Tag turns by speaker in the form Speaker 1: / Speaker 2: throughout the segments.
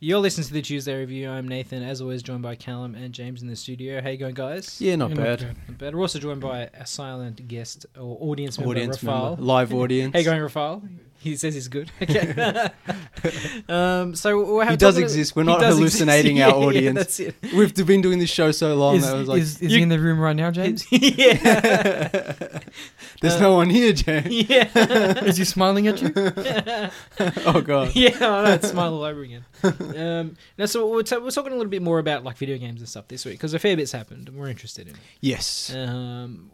Speaker 1: You're listening to the Tuesday Review. I'm Nathan, as always, joined by Callum and James in the studio. How you going, guys?
Speaker 2: Yeah, not bad.
Speaker 1: Not bad. We're also joined by a silent guest or audience member,
Speaker 2: Audience member,
Speaker 1: Rafal.
Speaker 2: live audience.
Speaker 1: How you going, Rafal? He says he's good. Okay. um, so we'll have
Speaker 2: He does
Speaker 1: talking-
Speaker 2: exist. We're
Speaker 1: he
Speaker 2: not
Speaker 1: does
Speaker 2: hallucinating
Speaker 1: exist.
Speaker 2: our
Speaker 1: Yeah,
Speaker 2: audience.
Speaker 1: Yeah, that's it.
Speaker 2: We've been doing this show so long
Speaker 3: is
Speaker 2: that I was like,
Speaker 3: is, is
Speaker 1: You-
Speaker 3: he in the room right now, James?
Speaker 1: yeah.
Speaker 2: "There's no one here, James."
Speaker 1: yeah.
Speaker 3: is he smiling at you?
Speaker 2: oh god.
Speaker 1: yeah, I know, it's smile all over again. Um, now, so we're, ta- we're talking a little bit more about like video games and stuff this week because a fair bit's happened and we're interested in. it.
Speaker 2: Yes.
Speaker 1: Um,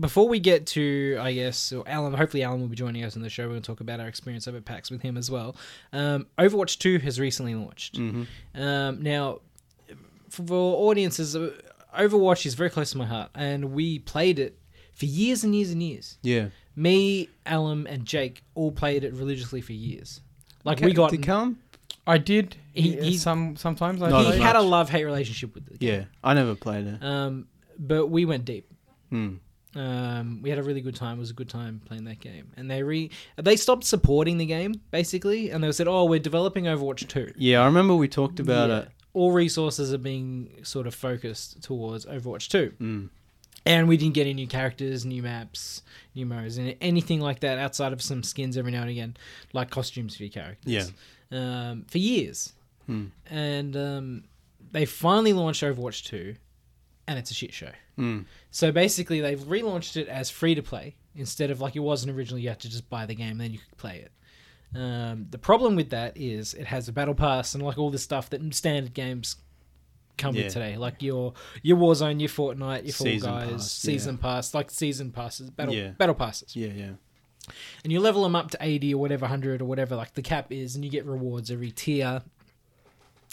Speaker 1: before we get to, I guess, or Alan, hopefully Alan will be joining us on the show. We're going to talk about our experience over at PAX with him as well. Um, Overwatch 2 has recently launched.
Speaker 2: hmm
Speaker 1: Um, now, for audiences, uh, Overwatch is very close to my heart and we played it for years and years and years
Speaker 2: Yeah.
Speaker 1: me, Alum, and Jake all played it religiously for years. Like we got,
Speaker 2: Did Callum?
Speaker 3: I did.
Speaker 1: He-
Speaker 3: He,
Speaker 1: he-
Speaker 3: some sometimes I
Speaker 2: Not
Speaker 3: did.
Speaker 1: he
Speaker 2: as
Speaker 1: had a
Speaker 2: much.
Speaker 1: love hate relationship with it.
Speaker 2: Yeah. I never played it.
Speaker 1: Um, but we went deep.
Speaker 2: Hmm.
Speaker 1: Um, we had a really good time. It was a good time playing that game. And they re they stopped supporting the game basically, and they said, "Oh, we're developing Overwatch 2.
Speaker 2: Yeah, I remember we talked about
Speaker 1: Yeah.
Speaker 2: it.
Speaker 1: All resources are being sort of focused towards Overwatch 2.
Speaker 2: Mm.
Speaker 1: And we didn't get any new characters, new maps, new modes, and anything like that outside of some skins every now and again, like costumes for your characters. Yeah. Um, for years.
Speaker 2: Hmm.
Speaker 1: And um, they finally launched Overwatch 2, and it's a shit show.
Speaker 2: Mm.
Speaker 1: So basically, they've relaunched it as free to play instead of like it wasn't originally. You had to just buy the game, then you could play it. Um, the problem with that is it has a battle pass and like all the stuff that standard games come
Speaker 2: Yeah.
Speaker 1: with today, like your your Warzone, your Fortnite, your
Speaker 2: Season
Speaker 1: Fall Guys,
Speaker 2: pass,
Speaker 1: season pass, like season passes, battle
Speaker 2: Yeah.
Speaker 1: battle passes,
Speaker 2: Yeah, yeah.
Speaker 1: and you level them up to eighty or whatever, hundred or whatever like the cap is, and you get rewards every tier.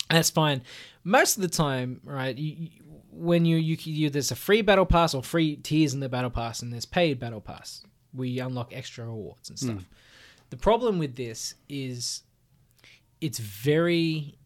Speaker 1: And that's fine. Most of the time, right? You, you, when you, you you there's a free battle pass or free tiers in the battle pass, and there's paid battle pass. We unlock extra rewards
Speaker 3: Hmm.
Speaker 1: and stuff. The problem with this is, it's very,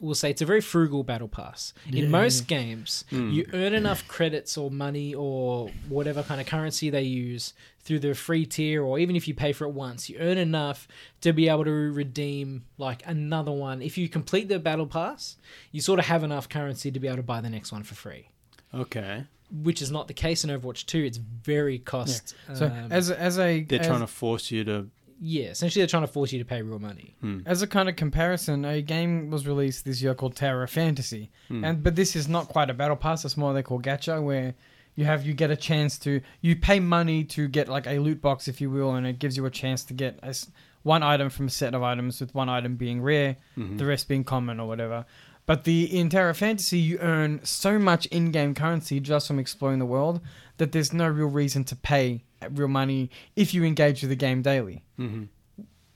Speaker 1: we'll say it's a very frugal battle pass. In most games,
Speaker 3: Hmm.
Speaker 1: you earn enough credits or money or whatever kind of currency they use through the free tier, or even if you pay for it once, you earn enough to be able to redeem like another one. If you complete the battle pass, you sort of have enough currency to be able to buy the next one for free.
Speaker 2: Okay.
Speaker 1: Which is not the case in Overwatch 2. It's very cost.
Speaker 3: So
Speaker 1: um,
Speaker 3: as as a
Speaker 2: They're
Speaker 3: as,
Speaker 2: trying to force you to
Speaker 1: yeah, essentially they're trying to force you to pay real money.
Speaker 3: as a kind of comparison, a game was released this year called Terra Fantasy, and but this is not quite a battle pass. It's more they call gacha, where you have you get a chance to you pay money to get like a loot box, if you will, and it gives you a chance to get a s one item from a set of items, with one item being rare, the rest being common or whatever. But the in Terra Fantasy, you earn so much in-game currency just from exploring the world that there's no real reason to pay real money if you engage with the game daily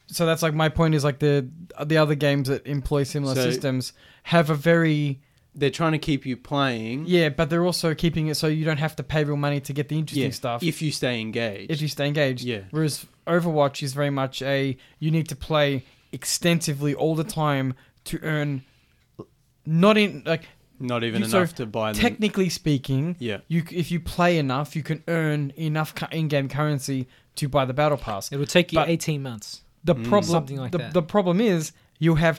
Speaker 3: so that's like my point is like the the other games that employ similar
Speaker 2: So-
Speaker 3: systems have a very
Speaker 2: they're trying to keep you playing.
Speaker 3: yeah, but they're also keeping it so you don't have to pay real money to get the interesting
Speaker 2: Yeah,
Speaker 3: stuff if,
Speaker 2: If you stay engaged.
Speaker 3: you stay engaged.
Speaker 2: Yeah.
Speaker 3: Whereas Overwatch is very much a you need to play extensively all the time to earn not in like
Speaker 2: Not even
Speaker 3: you- so
Speaker 2: enough to buy them.
Speaker 3: technically speaking
Speaker 2: Yeah.
Speaker 3: you c- if you play enough you can earn enough cu- in-game currency to buy the battle pass
Speaker 1: It will take you
Speaker 3: But-
Speaker 1: 18 months.
Speaker 3: The
Speaker 2: Mm.
Speaker 3: problem,
Speaker 1: Something like
Speaker 3: the,
Speaker 1: that.
Speaker 3: the problem is you have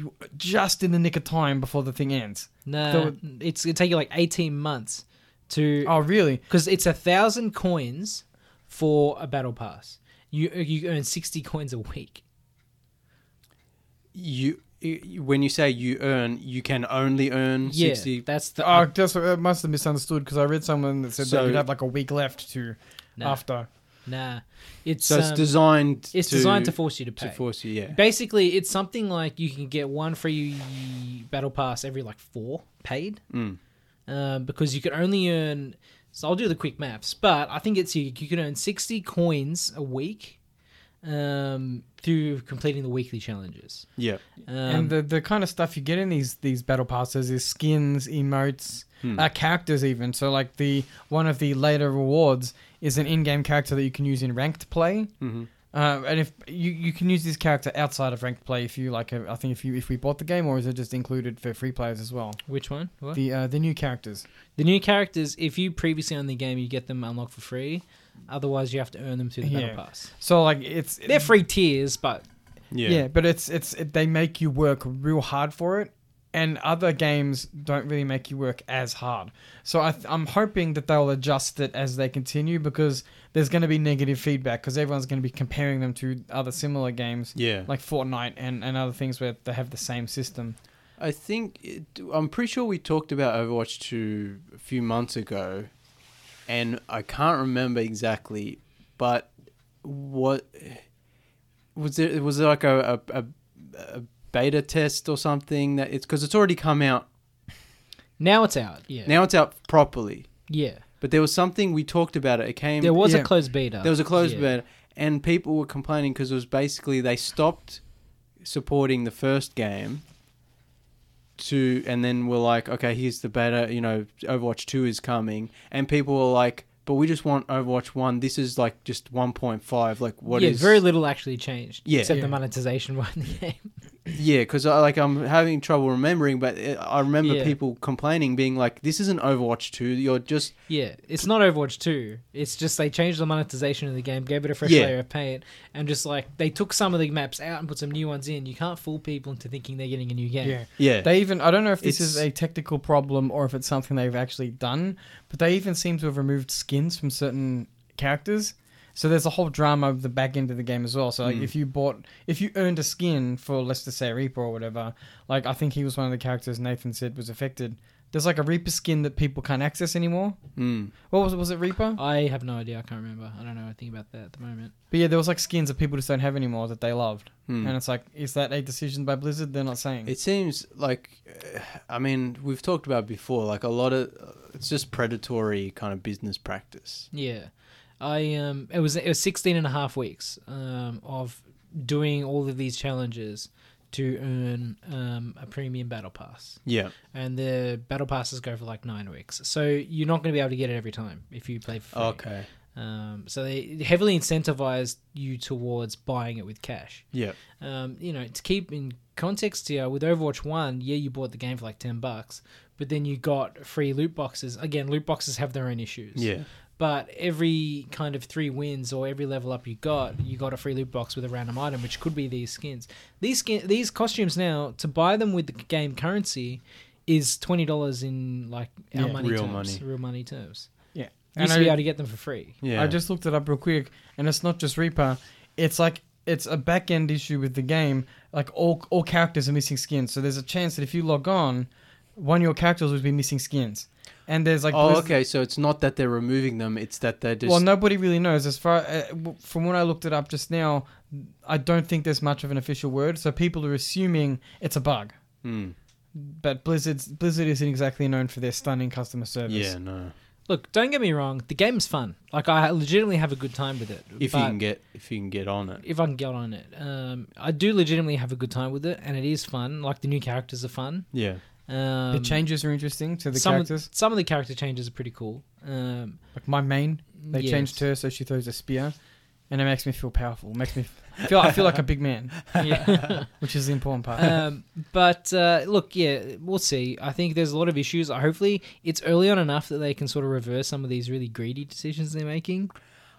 Speaker 3: you- just in the nick of time before the thing ends.
Speaker 1: No,
Speaker 3: So-
Speaker 1: it's going to take you like 18 months to
Speaker 3: Oh, really?
Speaker 1: because it's a thousand coins for a battle pass. You you earn sixty coins a week.
Speaker 2: You you- when you say you earn, you can only earn
Speaker 1: Yeah,
Speaker 2: 60
Speaker 1: that's the
Speaker 3: Oh, that's, I must have misunderstood because I read someone that said
Speaker 2: So-
Speaker 3: they could have like a week left to
Speaker 1: Nah.
Speaker 3: after.
Speaker 1: nah. It's
Speaker 2: So it's
Speaker 1: um,
Speaker 2: designed
Speaker 1: it's
Speaker 2: to,
Speaker 1: designed to force you to pay.
Speaker 2: to force you, yeah.
Speaker 1: Basically, it's something like you can get one free battle pass every like four paid,
Speaker 2: Mm.
Speaker 1: um, because you can only earn. So I'll do the quick maps, but I think it's you. You can earn sixty coins a week um, through completing the weekly challenges.
Speaker 2: Yeah.
Speaker 1: Um,
Speaker 3: and the, the kind of stuff you get in these these battle passes is skins, emotes, uh, characters even. So like the one of the later rewards is an in-game character that you can use in ranked play.
Speaker 2: Mhm.
Speaker 3: Uh, and if you, you can use this character outside of ranked play if you like, uh, I think if you if we bought the game or is it just included for free players as well?
Speaker 1: which one? What?
Speaker 3: The uh, the new characters.
Speaker 1: The new characters, if you previously own the game, you get them unlocked for free. Otherwise, you have to earn them through the
Speaker 3: Yeah.
Speaker 1: battle pass.
Speaker 3: So like it's
Speaker 1: They're free tiers, but
Speaker 2: Yeah.
Speaker 3: Yeah, but it's it's it, they make you work real hard for it, and other games don't really make you work as hard. So I th- I'm hoping that they'll adjust it as they continue because there's going to be negative feedback because everyone's going to be comparing them to other similar games
Speaker 2: Yeah.
Speaker 3: like Fortnite and and other things where they have the same system.
Speaker 2: I think it, I'm pretty sure we talked about Overwatch 2 a few months ago, and I can't remember exactly, but what was it? Was it like a, a, a, a beta test or something? That it's because it's already come out
Speaker 1: Now it's out. Yeah.
Speaker 2: now. It's out properly,
Speaker 1: yeah.
Speaker 2: but there was something we talked about it. It came
Speaker 1: There was
Speaker 3: yeah.
Speaker 1: a closed beta.
Speaker 2: there was a closed
Speaker 1: Uh, Yeah.
Speaker 2: beta, and people were complaining because it was basically they stopped supporting the first game. To and then were like, okay, here's the beta. You know, Overwatch Two is coming, and people were like, but we just want Overwatch One. This is like just 1.5. Like, what
Speaker 1: yeah,
Speaker 2: is-
Speaker 1: very little actually changed.
Speaker 2: Yeah.
Speaker 1: Except
Speaker 3: Yeah.
Speaker 1: the monetization one in the game.
Speaker 2: Yeah, because I like I'm having trouble remembering, but uh, I remember
Speaker 1: Yeah.
Speaker 2: people complaining, being like, "This isn't Overwatch Two. You're just
Speaker 1: Yeah. It's not Overwatch 2. It's just they changed the monetization of the game, gave it a fresh
Speaker 2: Yeah.
Speaker 1: layer of paint, and just like they took some of the maps out and put some new ones in. You can't fool people into thinking they're getting a new game.
Speaker 3: yeah.
Speaker 2: yeah,
Speaker 3: They even I don't know if this is
Speaker 2: It's-
Speaker 3: a technical problem or if it's something they've actually done, but they even seem to have removed skins from certain characters. So there's a whole drama of the back end of the game as well. So like
Speaker 2: Hmm.
Speaker 3: if you bought if you earned a skin for let's just say Reaper or whatever, like I think he was one of the characters Nathan said was affected. There's like a Reaper skin that people can't access anymore.
Speaker 2: Mm.
Speaker 3: What was it? Was it Reaper?
Speaker 2: Uh,
Speaker 1: I have no idea. I can't remember. I don't know anything about that at the moment.
Speaker 3: But yeah, there was like skins that people just don't have anymore that they loved.
Speaker 2: Hmm.
Speaker 3: And it's like, is that a decision by Blizzard? They're not saying.
Speaker 2: It seems like, uh, I mean, we've talked about before, like a lot of uh, it's just predatory kind of business practice.
Speaker 1: Yeah. I um it was it was 16 and a half weeks um of doing all of these challenges to earn um a premium battle pass.
Speaker 2: Yeah,
Speaker 1: And the battle passes go for like 9 weeks. So you're not going to be able to get it every time if you play for free.
Speaker 2: okay,
Speaker 1: Um so they heavily incentivize you towards buying it with cash.
Speaker 2: yeah,
Speaker 1: Um you know, to keep in context here with Overwatch 1, yeah, you bought the game for like 10 bucks, but then you got free loot boxes. Again, loot boxes have their own issues
Speaker 2: yeah,
Speaker 1: but every kind of three wins or every level up you got, you got a free loot box with a random item, which could be these skins. These skin, these costumes now to buy them with the game currency is twenty dollars in like our
Speaker 3: Yeah.
Speaker 1: money
Speaker 2: Real
Speaker 1: terms,
Speaker 2: money.
Speaker 1: real money terms.
Speaker 3: yeah.
Speaker 1: You used to be able to get them for free.
Speaker 2: yeah.
Speaker 3: I just looked it up real quick, and it's not just Reaper. It's like it's a back end issue with the game. Like all all characters are missing skins, so there's a chance that if you log on, one of your characters will be missing skins. And there's like
Speaker 2: oh,
Speaker 3: Blizz-
Speaker 2: okay. So it's not that they're removing them; it's that they're just
Speaker 3: well, nobody really knows. As far uh, w- from when I looked it up just now, I don't think there's much of an official word. So people are assuming it's a bug.
Speaker 2: Mm.
Speaker 3: But Blizzard's Blizzard isn't exactly known for their stunning customer service.
Speaker 2: Yeah, no.
Speaker 1: Look, don't get me wrong, the game's fun. Like I legitimately have a good time with it.
Speaker 2: If
Speaker 1: but
Speaker 2: you can get, if you can get on it,
Speaker 1: if I can get on it, um, I do legitimately have a good time with it, and it is fun. Like the new characters are fun.
Speaker 2: yeah,
Speaker 1: Um,
Speaker 3: the changes are interesting to the
Speaker 1: some of-
Speaker 3: characters.
Speaker 1: some of the character changes are pretty cool. Um,
Speaker 3: Like my main, they
Speaker 1: Yes.
Speaker 3: changed her so she throws a spear, and it makes me feel powerful. Makes me feel I feel like a big man,
Speaker 1: yeah.
Speaker 3: which is the important part.
Speaker 2: Uh,
Speaker 1: um, but uh, look, yeah, we'll see. I think there's a lot of issues. Hopefully, it's early on enough that they can sort of reverse some of these really greedy decisions they're making.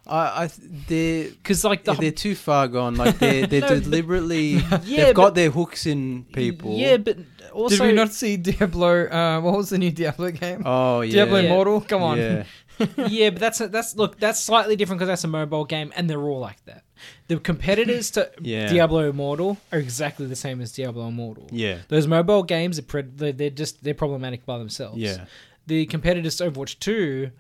Speaker 2: I, I, th- they're.
Speaker 1: Because like the
Speaker 2: They're too far gone. Like they're they're
Speaker 1: No, but-
Speaker 2: deliberately
Speaker 1: Yeah,
Speaker 2: they've got
Speaker 1: but-
Speaker 2: their hooks in people.
Speaker 1: yeah, but also
Speaker 3: Did we not see Diablo? Uh, what was the new Diablo game?
Speaker 2: Oh yeah.
Speaker 3: Diablo
Speaker 1: Yeah.
Speaker 3: Immortal. Come on.
Speaker 2: Yeah.
Speaker 1: yeah, but that's that's look that's slightly different because that's a mobile game and they're all like that. The competitors to
Speaker 2: Yeah.
Speaker 1: Diablo Immortal are exactly the same as Diablo Immortal.
Speaker 2: Yeah.
Speaker 1: Those mobile games are pred- they're they're just they're problematic by themselves.
Speaker 2: Yeah.
Speaker 1: the competitors to Overwatch 2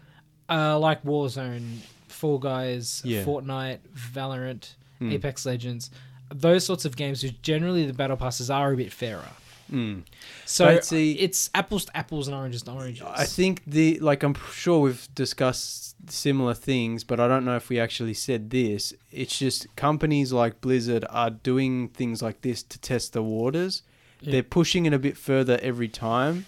Speaker 1: are like Warzone, Fall Guys,
Speaker 2: Yeah. Hmm.
Speaker 1: Fortnite, Valorant, Apex Legends. Those sorts of games, which generally the battle passes are a bit fairer.
Speaker 2: Mm.
Speaker 1: So
Speaker 2: But see-
Speaker 1: it's apples to apples and oranges to oranges.
Speaker 2: I think the like I'm sure we've discussed similar things, but I don't know if we actually said this. It's just companies like Blizzard are doing things like this to test the waters.
Speaker 3: Yeah.
Speaker 2: They're pushing it a bit further every time,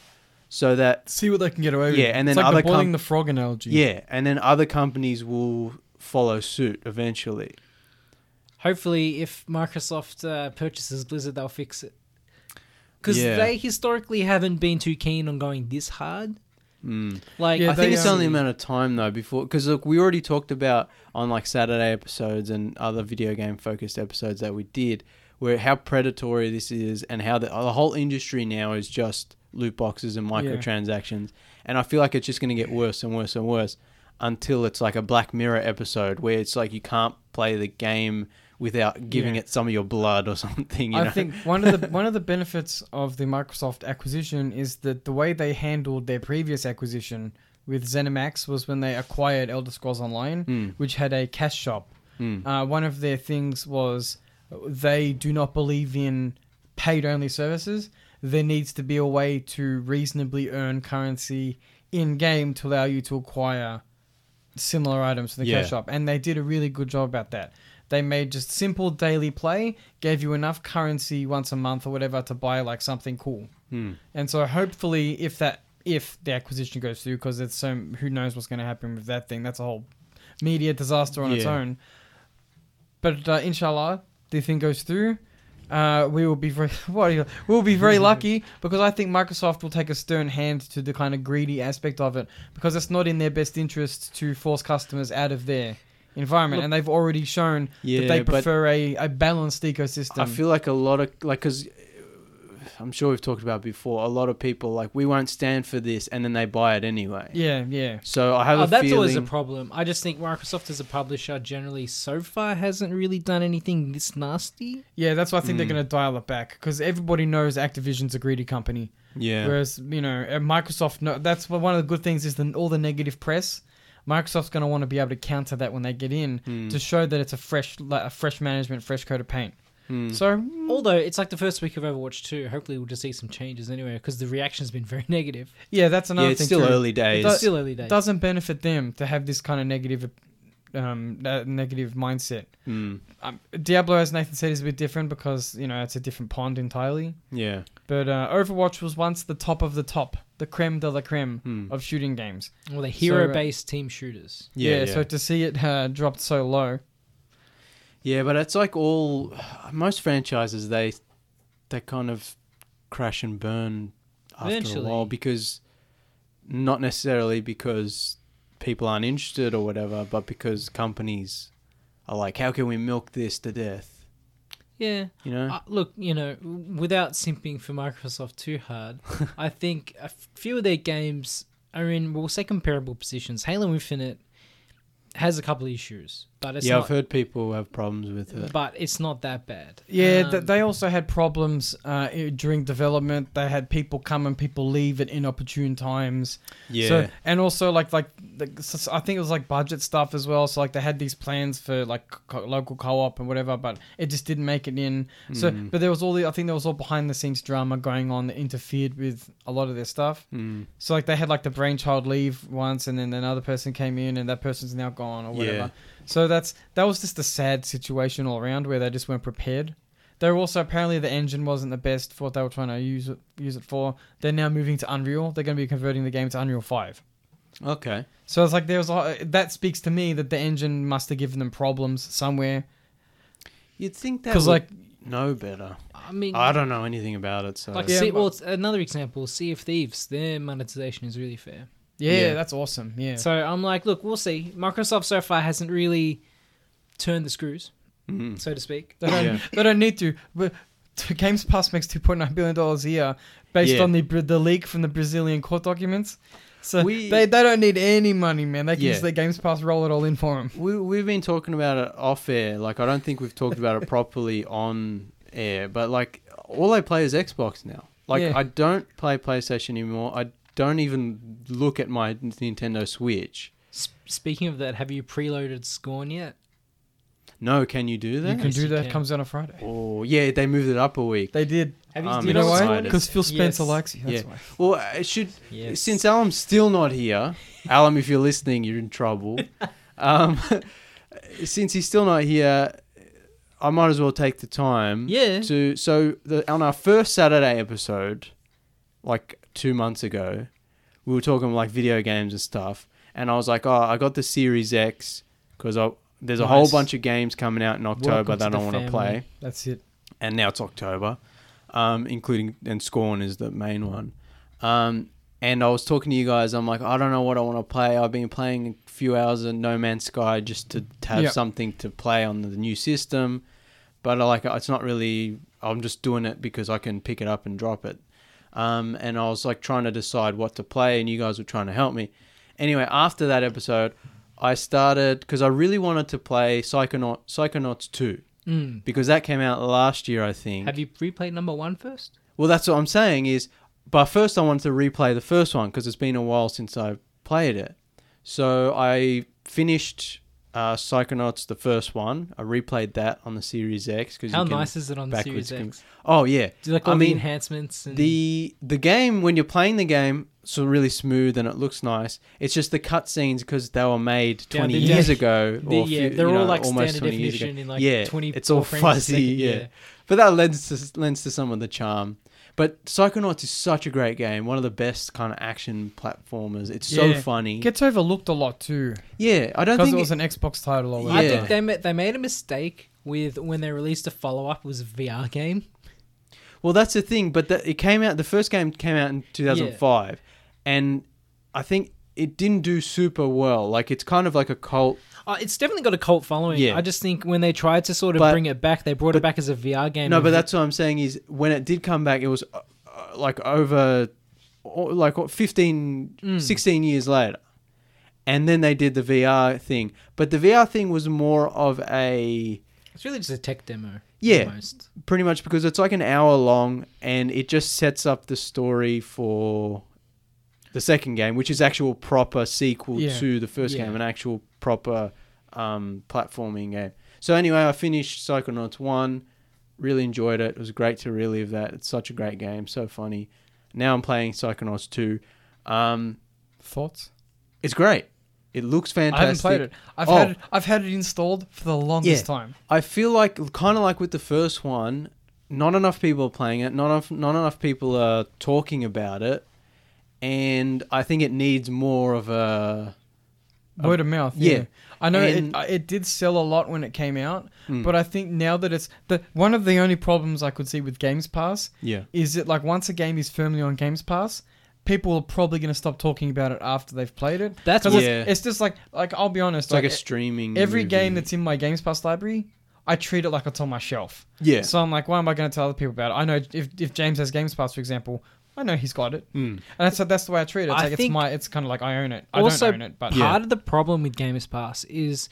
Speaker 2: so that
Speaker 3: See what they can get away
Speaker 2: with. Yeah, and then
Speaker 3: it's like
Speaker 2: other
Speaker 3: the boiling
Speaker 2: com-
Speaker 3: the frog analogy.
Speaker 2: yeah, and then other companies will follow suit eventually.
Speaker 1: Hopefully, if Microsoft uh, purchases Blizzard, they'll fix it. Because
Speaker 2: Yeah.
Speaker 1: they historically haven't been too keen on going this hard.
Speaker 2: Mm.
Speaker 1: Like
Speaker 3: Yeah,
Speaker 2: I think
Speaker 3: they,
Speaker 2: it's
Speaker 3: um,
Speaker 2: only a matter of time though before because look, we already talked about on like Saturday episodes and other video game focused episodes that we did. where how predatory this is and how the, the whole industry now is just loot boxes and microtransactions. And I feel like it's just going to get worse and worse and worse until it's like a Black Mirror episode where it's like you can't play the game without giving
Speaker 3: Yeah.
Speaker 2: it some of your blood or something. You
Speaker 3: I
Speaker 2: know?
Speaker 3: think one of the one of the benefits of the Microsoft acquisition is that the way they handled their previous acquisition with ZeniMax was when they acquired Elder Scrolls Online,
Speaker 2: Mm.
Speaker 3: which had a cash shop.
Speaker 2: Mm.
Speaker 3: Uh, one of their things was they do not believe in paid only services. There needs to be a way to reasonably earn currency in game to allow you to acquire similar items from the
Speaker 2: Yeah.
Speaker 3: cash shop. And they did a really good job about that. They made just simple daily play, gave you enough currency once a month or whatever to buy like something cool.
Speaker 2: Hmm.
Speaker 3: And so hopefully, if that if the acquisition goes through, because it's so who knows what's going to happen with that thing. That's a whole media disaster on its
Speaker 2: Yeah.
Speaker 3: own. But uh, inshallah, the thing goes through. Uh, we will be very what are you, we'll be very lucky because I think Microsoft will take a stern hand to the kind of greedy aspect of it because it's not in their best interest to force customers out of their environment,
Speaker 2: Look-
Speaker 3: and they've already shown
Speaker 2: Yeah,
Speaker 3: that they
Speaker 2: but-
Speaker 3: prefer a, a balanced ecosystem.
Speaker 2: I feel like a lot of like because I'm sure we've talked about before. A lot of people like we won't stand for this, and then they buy it anyway.
Speaker 3: yeah, yeah.
Speaker 2: So I have
Speaker 1: oh,
Speaker 2: a
Speaker 1: that's
Speaker 2: feeling.
Speaker 1: always a problem. I just think Microsoft as a publisher generally so far hasn't really done anything this nasty.
Speaker 3: Yeah, that's why I think they're
Speaker 2: Mm.
Speaker 3: going to dial it back because everybody knows Activision's a greedy company.
Speaker 2: yeah.
Speaker 3: Whereas you know uh, Microsoft, no, that's wh- one of the good things is the, all the negative press. Microsoft's going to want to be able to counter that when they get in
Speaker 2: Hmm.
Speaker 3: to show that it's a fresh, like, a fresh management, fresh coat of paint.
Speaker 2: Mm.
Speaker 3: So mm,
Speaker 1: Although it's like the first week of Overwatch 2. Hopefully we'll just see some changes anyway because the reaction's been very negative.
Speaker 3: yeah, that's
Speaker 2: yeah,
Speaker 3: another
Speaker 2: it's
Speaker 3: thing.
Speaker 2: still
Speaker 3: too.
Speaker 2: early days.
Speaker 1: It's still early days.
Speaker 3: Doesn't benefit them to have this kind of negative, um, that negative mindset.
Speaker 2: Mm.
Speaker 3: Um, Diablo, as Nathan said, is a bit different because you know it's a different pond entirely.
Speaker 2: Yeah.
Speaker 3: But uh, Overwatch was once the top of the top, the creme de la creme
Speaker 2: Mm.
Speaker 3: of shooting games.
Speaker 1: Well, the
Speaker 3: uh,
Speaker 1: hero-based team shooters.
Speaker 3: Hmm. Yeah, so to see it uh, dropped so low.
Speaker 2: Yeah, but it's like all most franchises they they kind of crash and burn after
Speaker 1: Eventually.
Speaker 2: a while because not necessarily because people aren't interested or whatever, but because companies are like, how can we milk this to death?
Speaker 1: Yeah.
Speaker 2: You know?
Speaker 1: Uh, look, you know, without simping for Microsoft too hard, I think a few of their games are in, we'll say, comparable positions. Halo Infinite has a couple of issues, but it's
Speaker 2: yeah, I've
Speaker 1: not.
Speaker 2: heard people have problems with it.
Speaker 1: But it's not that bad.
Speaker 3: Yeah, th-
Speaker 1: Um,
Speaker 3: they also had problems uh, i- during development. They had people come and people leave at inopportune times.
Speaker 2: Yeah,
Speaker 3: So, and also like like the, s- s- I think it was like budget stuff as well. So like they had these plans for like co- local co-op and whatever, but it just didn't make it in. So
Speaker 2: Mm.
Speaker 3: but there was all the I think there was all behind the scenes drama going on that interfered with a lot of their stuff.
Speaker 2: Mm.
Speaker 3: So like they had like the brainchild leave once, and then another person came in, and that person's now gone or whatever.
Speaker 2: Yeah.
Speaker 3: So that's that was just a sad situation all around where they just weren't prepared. They were also apparently the engine wasn't the best for what they were trying to use it use it for. They're now moving to Unreal. They're going to be converting the game to Unreal Five.
Speaker 2: okay.
Speaker 3: So it's like there was a, that speaks to me that the engine must have given them problems somewhere
Speaker 2: You'd think that
Speaker 3: because
Speaker 2: would
Speaker 3: like
Speaker 2: know better.
Speaker 1: I mean,
Speaker 2: I don't know anything about it, so
Speaker 1: Like,
Speaker 3: Yeah,
Speaker 1: see,
Speaker 3: but-
Speaker 1: well, it's another example, Sea of Thieves, their monetization is really fair.
Speaker 3: yeah,
Speaker 2: Yeah.
Speaker 3: that's awesome yeah
Speaker 1: So I'm like, look, we'll see. Microsoft so far hasn't really turned the screws,
Speaker 2: Mm.
Speaker 1: so to speak.
Speaker 3: They don't,
Speaker 2: Yeah.
Speaker 3: they don't need to. But Games Pass makes two point nine billion dollars a year based
Speaker 2: Yeah.
Speaker 3: on the Bra- the leak from the Brazilian court documents. So
Speaker 2: We-
Speaker 3: they, they don't need any money, man. They can
Speaker 2: Yeah.
Speaker 3: just let Games Pass roll it all in for them.
Speaker 2: We we've been talking about it off air. Like I don't think we've talked about it properly on air. But like all I play is Xbox now. Like
Speaker 3: Yeah.
Speaker 2: I don't play PlayStation anymore. I don't even look at my Nintendo Switch.
Speaker 1: S- speaking of that, have you preloaded Scorn yet?
Speaker 2: No, can you do
Speaker 3: You
Speaker 2: that?
Speaker 3: can
Speaker 1: Yes,
Speaker 3: do
Speaker 1: you
Speaker 3: that.
Speaker 1: can.
Speaker 3: Comes out on Friday.
Speaker 2: Oh yeah, they moved it up a week.
Speaker 3: They did.
Speaker 1: Have you,
Speaker 2: Um,
Speaker 1: do
Speaker 3: You
Speaker 1: you know
Speaker 3: know
Speaker 1: what
Speaker 3: why?
Speaker 1: Scorn
Speaker 2: excited.
Speaker 1: is?
Speaker 3: Because Phil Spencer
Speaker 1: Yes.
Speaker 3: likes you. That's
Speaker 2: Yeah.
Speaker 3: why.
Speaker 2: Well, it should
Speaker 1: Yes.
Speaker 2: since Alan's still not here. Alan, if you're listening, you're in trouble. um, since he's still not here, I might as well take the time.
Speaker 1: Yeah.
Speaker 2: to so the, on our first Saturday episode, like two months ago, we were talking like video games and stuff, and I was like, oh, I got the Series X because I there's a whole
Speaker 1: Nice.
Speaker 2: bunch of games coming out in October
Speaker 1: Welcome
Speaker 2: that
Speaker 1: to
Speaker 2: I
Speaker 1: the
Speaker 2: want to
Speaker 1: family.
Speaker 2: play,
Speaker 3: That's it.
Speaker 2: and now it's October, um, including and Scorn is the main one. Um, and I was talking to you guys. I'm like, I don't know what I want to play. I've been playing a few hours of No Man's Sky just to have
Speaker 3: Yeah.
Speaker 2: something to play on the new system. but I like it's not really. I'm just doing it because I can pick it up and drop it. Um, and I was like trying to decide what to play, and you guys were trying to help me. Anyway, after that episode, I started because I really wanted to play Psychonaut Psychonauts Two
Speaker 1: Mm.
Speaker 2: because that came out last year, I think.
Speaker 1: Have you replayed number one first?
Speaker 2: Well, that's what I'm saying is, but first I wanted to replay the first one because it's been a while since I played it. So I finished uh, Psychonauts, the first one. I replayed that on the Series X because
Speaker 1: How
Speaker 2: you can
Speaker 1: nice is it on the
Speaker 2: backwards
Speaker 1: Series
Speaker 2: con-
Speaker 1: X?
Speaker 2: Oh yeah,
Speaker 1: Do you like
Speaker 2: I
Speaker 1: all the
Speaker 2: mean,
Speaker 1: enhancements? And...
Speaker 2: the the game when you're playing the game, so really smooth and it looks nice. It's just the cutscenes because they were made
Speaker 1: Yeah,
Speaker 2: 20
Speaker 1: they're
Speaker 2: years
Speaker 1: just-
Speaker 2: ago.
Speaker 1: the-
Speaker 2: or a
Speaker 1: yeah,
Speaker 2: few-
Speaker 1: they're
Speaker 2: you
Speaker 1: all
Speaker 2: know,
Speaker 1: like
Speaker 2: almost
Speaker 1: standard
Speaker 2: 20 years ago
Speaker 1: definition in like
Speaker 2: yeah,
Speaker 1: 20
Speaker 2: it's all
Speaker 1: frames a
Speaker 2: fuzzy,
Speaker 1: second,
Speaker 2: yeah. but that lends to, lends to some of the charm. But Psychonauts is such a great game, one of the best kind of action platformers. It's so
Speaker 3: Yeah.
Speaker 2: funny.
Speaker 3: Gets overlooked a lot too
Speaker 2: yeah, I don't
Speaker 3: because
Speaker 2: think
Speaker 3: it was an Xbox title or
Speaker 1: I
Speaker 3: whatever.
Speaker 2: Yeah.
Speaker 1: think they made, they made a mistake with when they released a follow up was a VR game.
Speaker 2: Well, that's the thing, but that it came out. The first game came out in 2005, and I think it didn't do super well. Like it's kind of like a cult.
Speaker 1: Uh, it's definitely got a cult following.
Speaker 2: Yeah.
Speaker 1: I just think when they tried to sort of
Speaker 2: But-
Speaker 1: bring it back, they brought
Speaker 2: but-
Speaker 1: it back as a VR game.
Speaker 2: No,
Speaker 1: and
Speaker 2: but
Speaker 1: v-
Speaker 2: that's what I'm saying is when it did come back, it was uh, uh, like over, or like what 15, 16 years later, and then they did the VR thing. But the VR thing was more of a
Speaker 1: it's really just a tech demo.
Speaker 2: Yeah.
Speaker 1: almost.
Speaker 2: pretty much because it's like an hour long and it just sets up the story for the second game, which is actual proper sequel
Speaker 3: Yeah.
Speaker 2: to the first
Speaker 1: Yeah.
Speaker 2: game, an actual proper um, platforming game. So anyway, I finished Psychonauts one, really enjoyed it. It was great to relive that. It's such a great game, so funny. Now I'm playing Psychonauts two. Um,
Speaker 3: Thoughts?
Speaker 2: it's great. It looks fantastic.
Speaker 3: I haven't played it. I've
Speaker 2: Oh.
Speaker 3: had it, I've had it installed for the longest
Speaker 2: Yeah.
Speaker 3: time.
Speaker 2: I feel like kind of like with the first one, not enough people are playing it, not enough, not enough people are talking about it, and I think it needs more of a
Speaker 3: Word of mouth.
Speaker 2: yeah.
Speaker 3: Yeah. I know
Speaker 2: And- Hmm.
Speaker 3: it, uh, it did sell a lot when it came out, but I think now that it's the one of the only problems I could see with Games Pass
Speaker 2: yeah.
Speaker 3: is that like once a game is firmly on Games Pass, people are probably going to stop talking about it after they've played it.
Speaker 1: That's
Speaker 3: 'Cause
Speaker 1: what-
Speaker 3: it's,
Speaker 2: Yeah.
Speaker 3: it's just like like I'll be honest,
Speaker 2: It's like a
Speaker 3: e-
Speaker 2: streaming.
Speaker 3: every
Speaker 2: movie.
Speaker 3: game that's in my Games Pass library, I treat it like it's on my shelf.
Speaker 2: yeah,
Speaker 3: So I'm like, why am I going to tell other people about it? I know if, if James has Games Pass, for example, I know he's got it,
Speaker 2: Mm.
Speaker 3: and that's that's the way I treat it. It's
Speaker 1: I
Speaker 3: like it's
Speaker 1: think-
Speaker 3: my, it's kind of like I own it. I
Speaker 1: also,
Speaker 3: don't own it, but
Speaker 2: Yeah.
Speaker 1: part of the problem with Games Pass is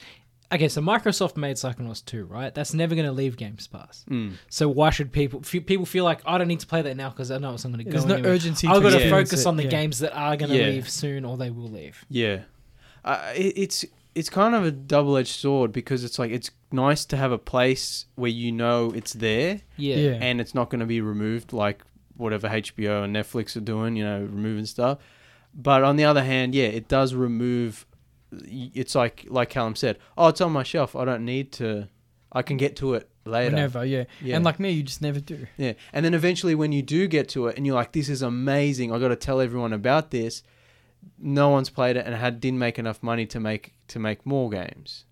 Speaker 1: okay. So Microsoft made Psychonauts two, right? That's never going to leave Games Pass.
Speaker 2: Mm.
Speaker 1: So why should people f- people feel like I don't need to play that now because I know it's not going to go.
Speaker 3: There's no
Speaker 1: anywhere.
Speaker 3: urgency
Speaker 1: I've
Speaker 3: to
Speaker 1: got to
Speaker 3: experience
Speaker 1: focus
Speaker 3: it,
Speaker 1: on the
Speaker 3: yeah.
Speaker 1: games that are going to
Speaker 2: Yeah.
Speaker 1: leave soon, or they will leave.
Speaker 2: yeah. Uh, it, it's it's kind of a double edged sword because it's like it's nice to have a place where you know it's there
Speaker 1: Yeah.
Speaker 3: Yeah.
Speaker 2: and it's not going to be removed like whatever HBO and Netflix are doing, you know, removing stuff. But on the other hand, yeah, it does remove. It's like like Callum said, oh, it's on my shelf. I don't need to. I can get to it later.
Speaker 3: Whenever, yeah.
Speaker 2: Yeah.
Speaker 3: And like me, you just never do.
Speaker 2: Yeah, and then eventually when you do get to it and you're like, this is amazing. I got to tell everyone about this. No one's played it and had didn't make enough money to make to make more games,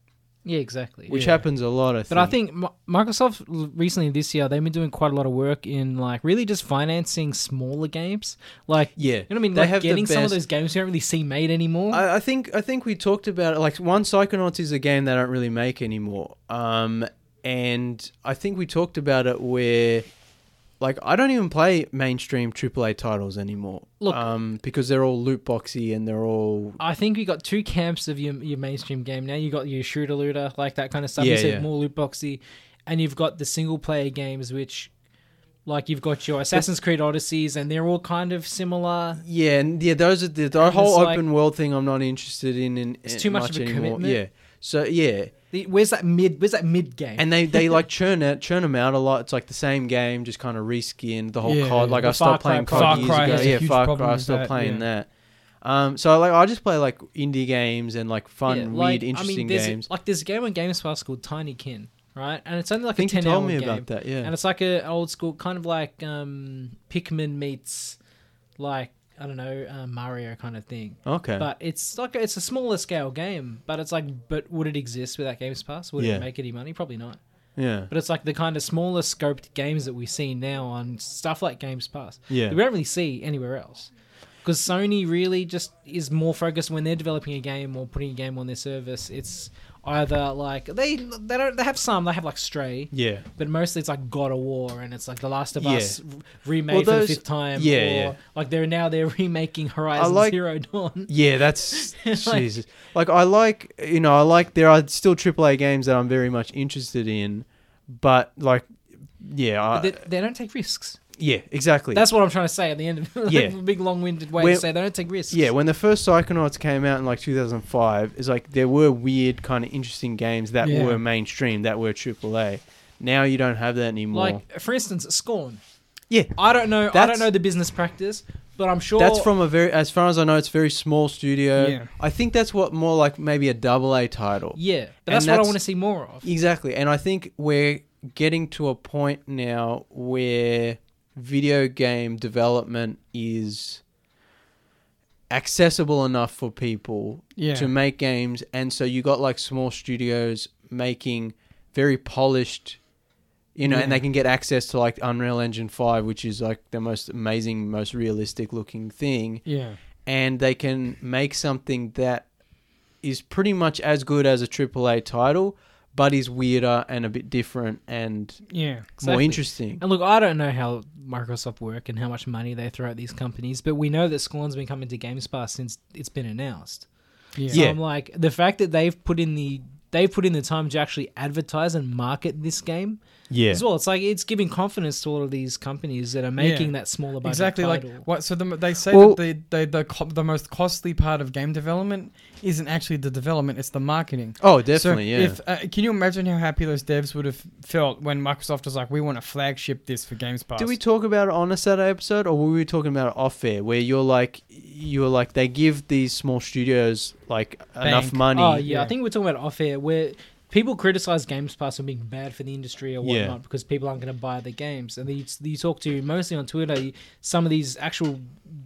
Speaker 1: Yeah, exactly.
Speaker 2: which
Speaker 1: Yeah.
Speaker 2: happens a lot. I think.
Speaker 1: But I think Mi- Microsoft l- recently this year they've been doing quite a lot of work in like really just financing smaller games, like
Speaker 2: yeah,
Speaker 1: you know what I mean,
Speaker 2: They
Speaker 1: like
Speaker 2: have the
Speaker 1: getting some of
Speaker 2: best-
Speaker 1: those games you don't really see made anymore.
Speaker 2: I, I think I think we talked about it. Like one Psychonauts is a game they don't really make anymore. Um, and I think we talked about it where, like, I don't even play mainstream AAA titles anymore.
Speaker 1: Look-
Speaker 2: um, because they're all loot boxy and they're all
Speaker 1: I think you got two camps of your your mainstream game. Now you got your shooter looter, like that kind of stuff.
Speaker 2: Yeah,
Speaker 1: you said
Speaker 2: yeah.
Speaker 1: more loot boxy, and you've got the single player games, which like you've got your Assassin's Creed Odysseys, and they're all kind of similar.
Speaker 2: yeah, and yeah. Those are the, the whole
Speaker 1: it's like-
Speaker 2: open world thing. I'm not interested in. in
Speaker 1: It's
Speaker 2: in
Speaker 1: too much of a
Speaker 2: anymore.
Speaker 1: commitment.
Speaker 2: Yeah. So yeah,
Speaker 1: The- Where's that mid? Where's that mid game?
Speaker 2: and they they like churn out churn them out a lot. It's like the same game, just kind of reskinned the whole
Speaker 3: Yeah,
Speaker 2: COD.
Speaker 3: yeah.
Speaker 2: Like
Speaker 1: The
Speaker 2: I stopped
Speaker 1: Far Cry
Speaker 2: playing COD
Speaker 1: Far
Speaker 2: years
Speaker 1: Cry
Speaker 2: ago.
Speaker 1: has
Speaker 3: a
Speaker 2: Yeah,
Speaker 3: huge
Speaker 2: Far
Speaker 3: problem
Speaker 2: Cry. I
Speaker 3: with
Speaker 2: still
Speaker 3: that,
Speaker 2: playing
Speaker 3: yeah.
Speaker 2: that. Um, so like I just play like indie games and like fun,
Speaker 1: Yeah,
Speaker 2: weird,
Speaker 1: I mean,
Speaker 2: interesting
Speaker 1: there's a-
Speaker 2: games.
Speaker 1: like there's a game on Games Pass called Tiny Kin, right? And it's only like
Speaker 2: I think
Speaker 1: a
Speaker 2: you
Speaker 1: ten
Speaker 2: told
Speaker 1: hour
Speaker 2: me
Speaker 1: game.
Speaker 2: about that. Yeah,
Speaker 1: and it's like a old school kind of like um Pikmin meets like I don't know uh, Mario kind of thing.
Speaker 2: okay.
Speaker 1: But it's like it's a smaller scale game, but it's like but would it exist without Games Pass? Would
Speaker 2: Yeah.
Speaker 1: it make any money? Probably not.
Speaker 2: yeah,
Speaker 1: But it's like the kind of smaller scoped games that we see now on stuff like Games Pass.
Speaker 2: Yeah.
Speaker 1: That we don't really see anywhere else. Because Sony really just is more focused when they're developing a game or putting a game on their service. It's either like they they don't they have some they have like Stray,
Speaker 2: Yeah.
Speaker 1: but mostly it's like God of War and it's like The Last of
Speaker 2: Yeah.
Speaker 1: Us r- remade
Speaker 2: Well,
Speaker 1: for the
Speaker 2: those-
Speaker 1: fifth time.
Speaker 2: yeah,
Speaker 1: or,
Speaker 2: yeah.
Speaker 1: Like they're now they're remaking Horizon
Speaker 2: like-
Speaker 1: Zero Dawn.
Speaker 2: Yeah, that's
Speaker 1: Like-
Speaker 2: Jesus. Like I like, you know, I like there are still AAA games that I'm very much interested in, but like, yeah, I,
Speaker 1: they, they don't take risks.
Speaker 2: yeah, exactly.
Speaker 1: That's what I'm trying to say at the end. Of, like,
Speaker 2: Yeah.
Speaker 1: a big long-winded way
Speaker 2: When-
Speaker 1: to say they don't take risks.
Speaker 2: yeah. When the first Psychonauts came out in like 2005, it's like there were weird kind of interesting games that
Speaker 3: Yeah.
Speaker 2: were mainstream that were AAA. Now you don't have that anymore.
Speaker 1: Like for instance, Scorn.
Speaker 2: yeah,
Speaker 1: I don't know. I
Speaker 2: That's-
Speaker 1: don't know the business practice, but I'm sure
Speaker 2: That's from a very, as far as I know, it's a very small studio.
Speaker 3: Yeah.
Speaker 2: I think that's what more like maybe a double A title.
Speaker 1: Yeah, but
Speaker 2: And
Speaker 1: that's, what I
Speaker 2: that's-
Speaker 1: want to see more of.
Speaker 2: Exactly. And I think we're getting to a point now where video game development is accessible enough for people
Speaker 3: Yeah.
Speaker 2: to make games. And so you got like small studios making very polished. You know, and
Speaker 3: Yeah.
Speaker 2: they can get access to like Unreal Engine 5, which is like the most amazing, most realistic looking thing
Speaker 3: Yeah.
Speaker 2: and they can make something that is pretty much as good as a AAA title, but is weirder and a bit different and
Speaker 3: Yeah.
Speaker 2: more
Speaker 1: Exactly.
Speaker 2: interesting.
Speaker 1: And look, I don't know how Microsoft work and how much money they throw at these companies, but we know that Scorn's been coming to Games Pass since it's been announced.
Speaker 3: Yeah.
Speaker 1: So
Speaker 2: Yeah.
Speaker 1: I'm like, the fact that they've put in the they've put in the time to actually advertise and market this game
Speaker 2: Yeah,
Speaker 1: as well. It's like it's giving confidence to all of these companies that are making that smaller budget
Speaker 3: Exactly.
Speaker 1: title.
Speaker 3: Like what? So the, they say
Speaker 2: Well-
Speaker 3: that the the the, co- the most costly part of game development isn't actually the development; it's the marketing.
Speaker 2: Oh, definitely.
Speaker 3: So
Speaker 2: yeah.
Speaker 3: If, uh, can you imagine how happy those devs would have felt when Microsoft was like, "We want to flagship this for Games Pass."
Speaker 2: Did we talk about it on a Saturday episode, or were we talking about it off air? Where you're like, you're like, they give these small studios like enough
Speaker 3: Bank.
Speaker 2: money.
Speaker 1: Oh yeah, I
Speaker 3: Yeah.
Speaker 1: think we're talking about off air where people criticize Games Pass for being bad for the industry or
Speaker 2: Yeah.
Speaker 1: whatnot because people aren't going to buy the games. And you, you talk to mostly on Twitter you- some of these actual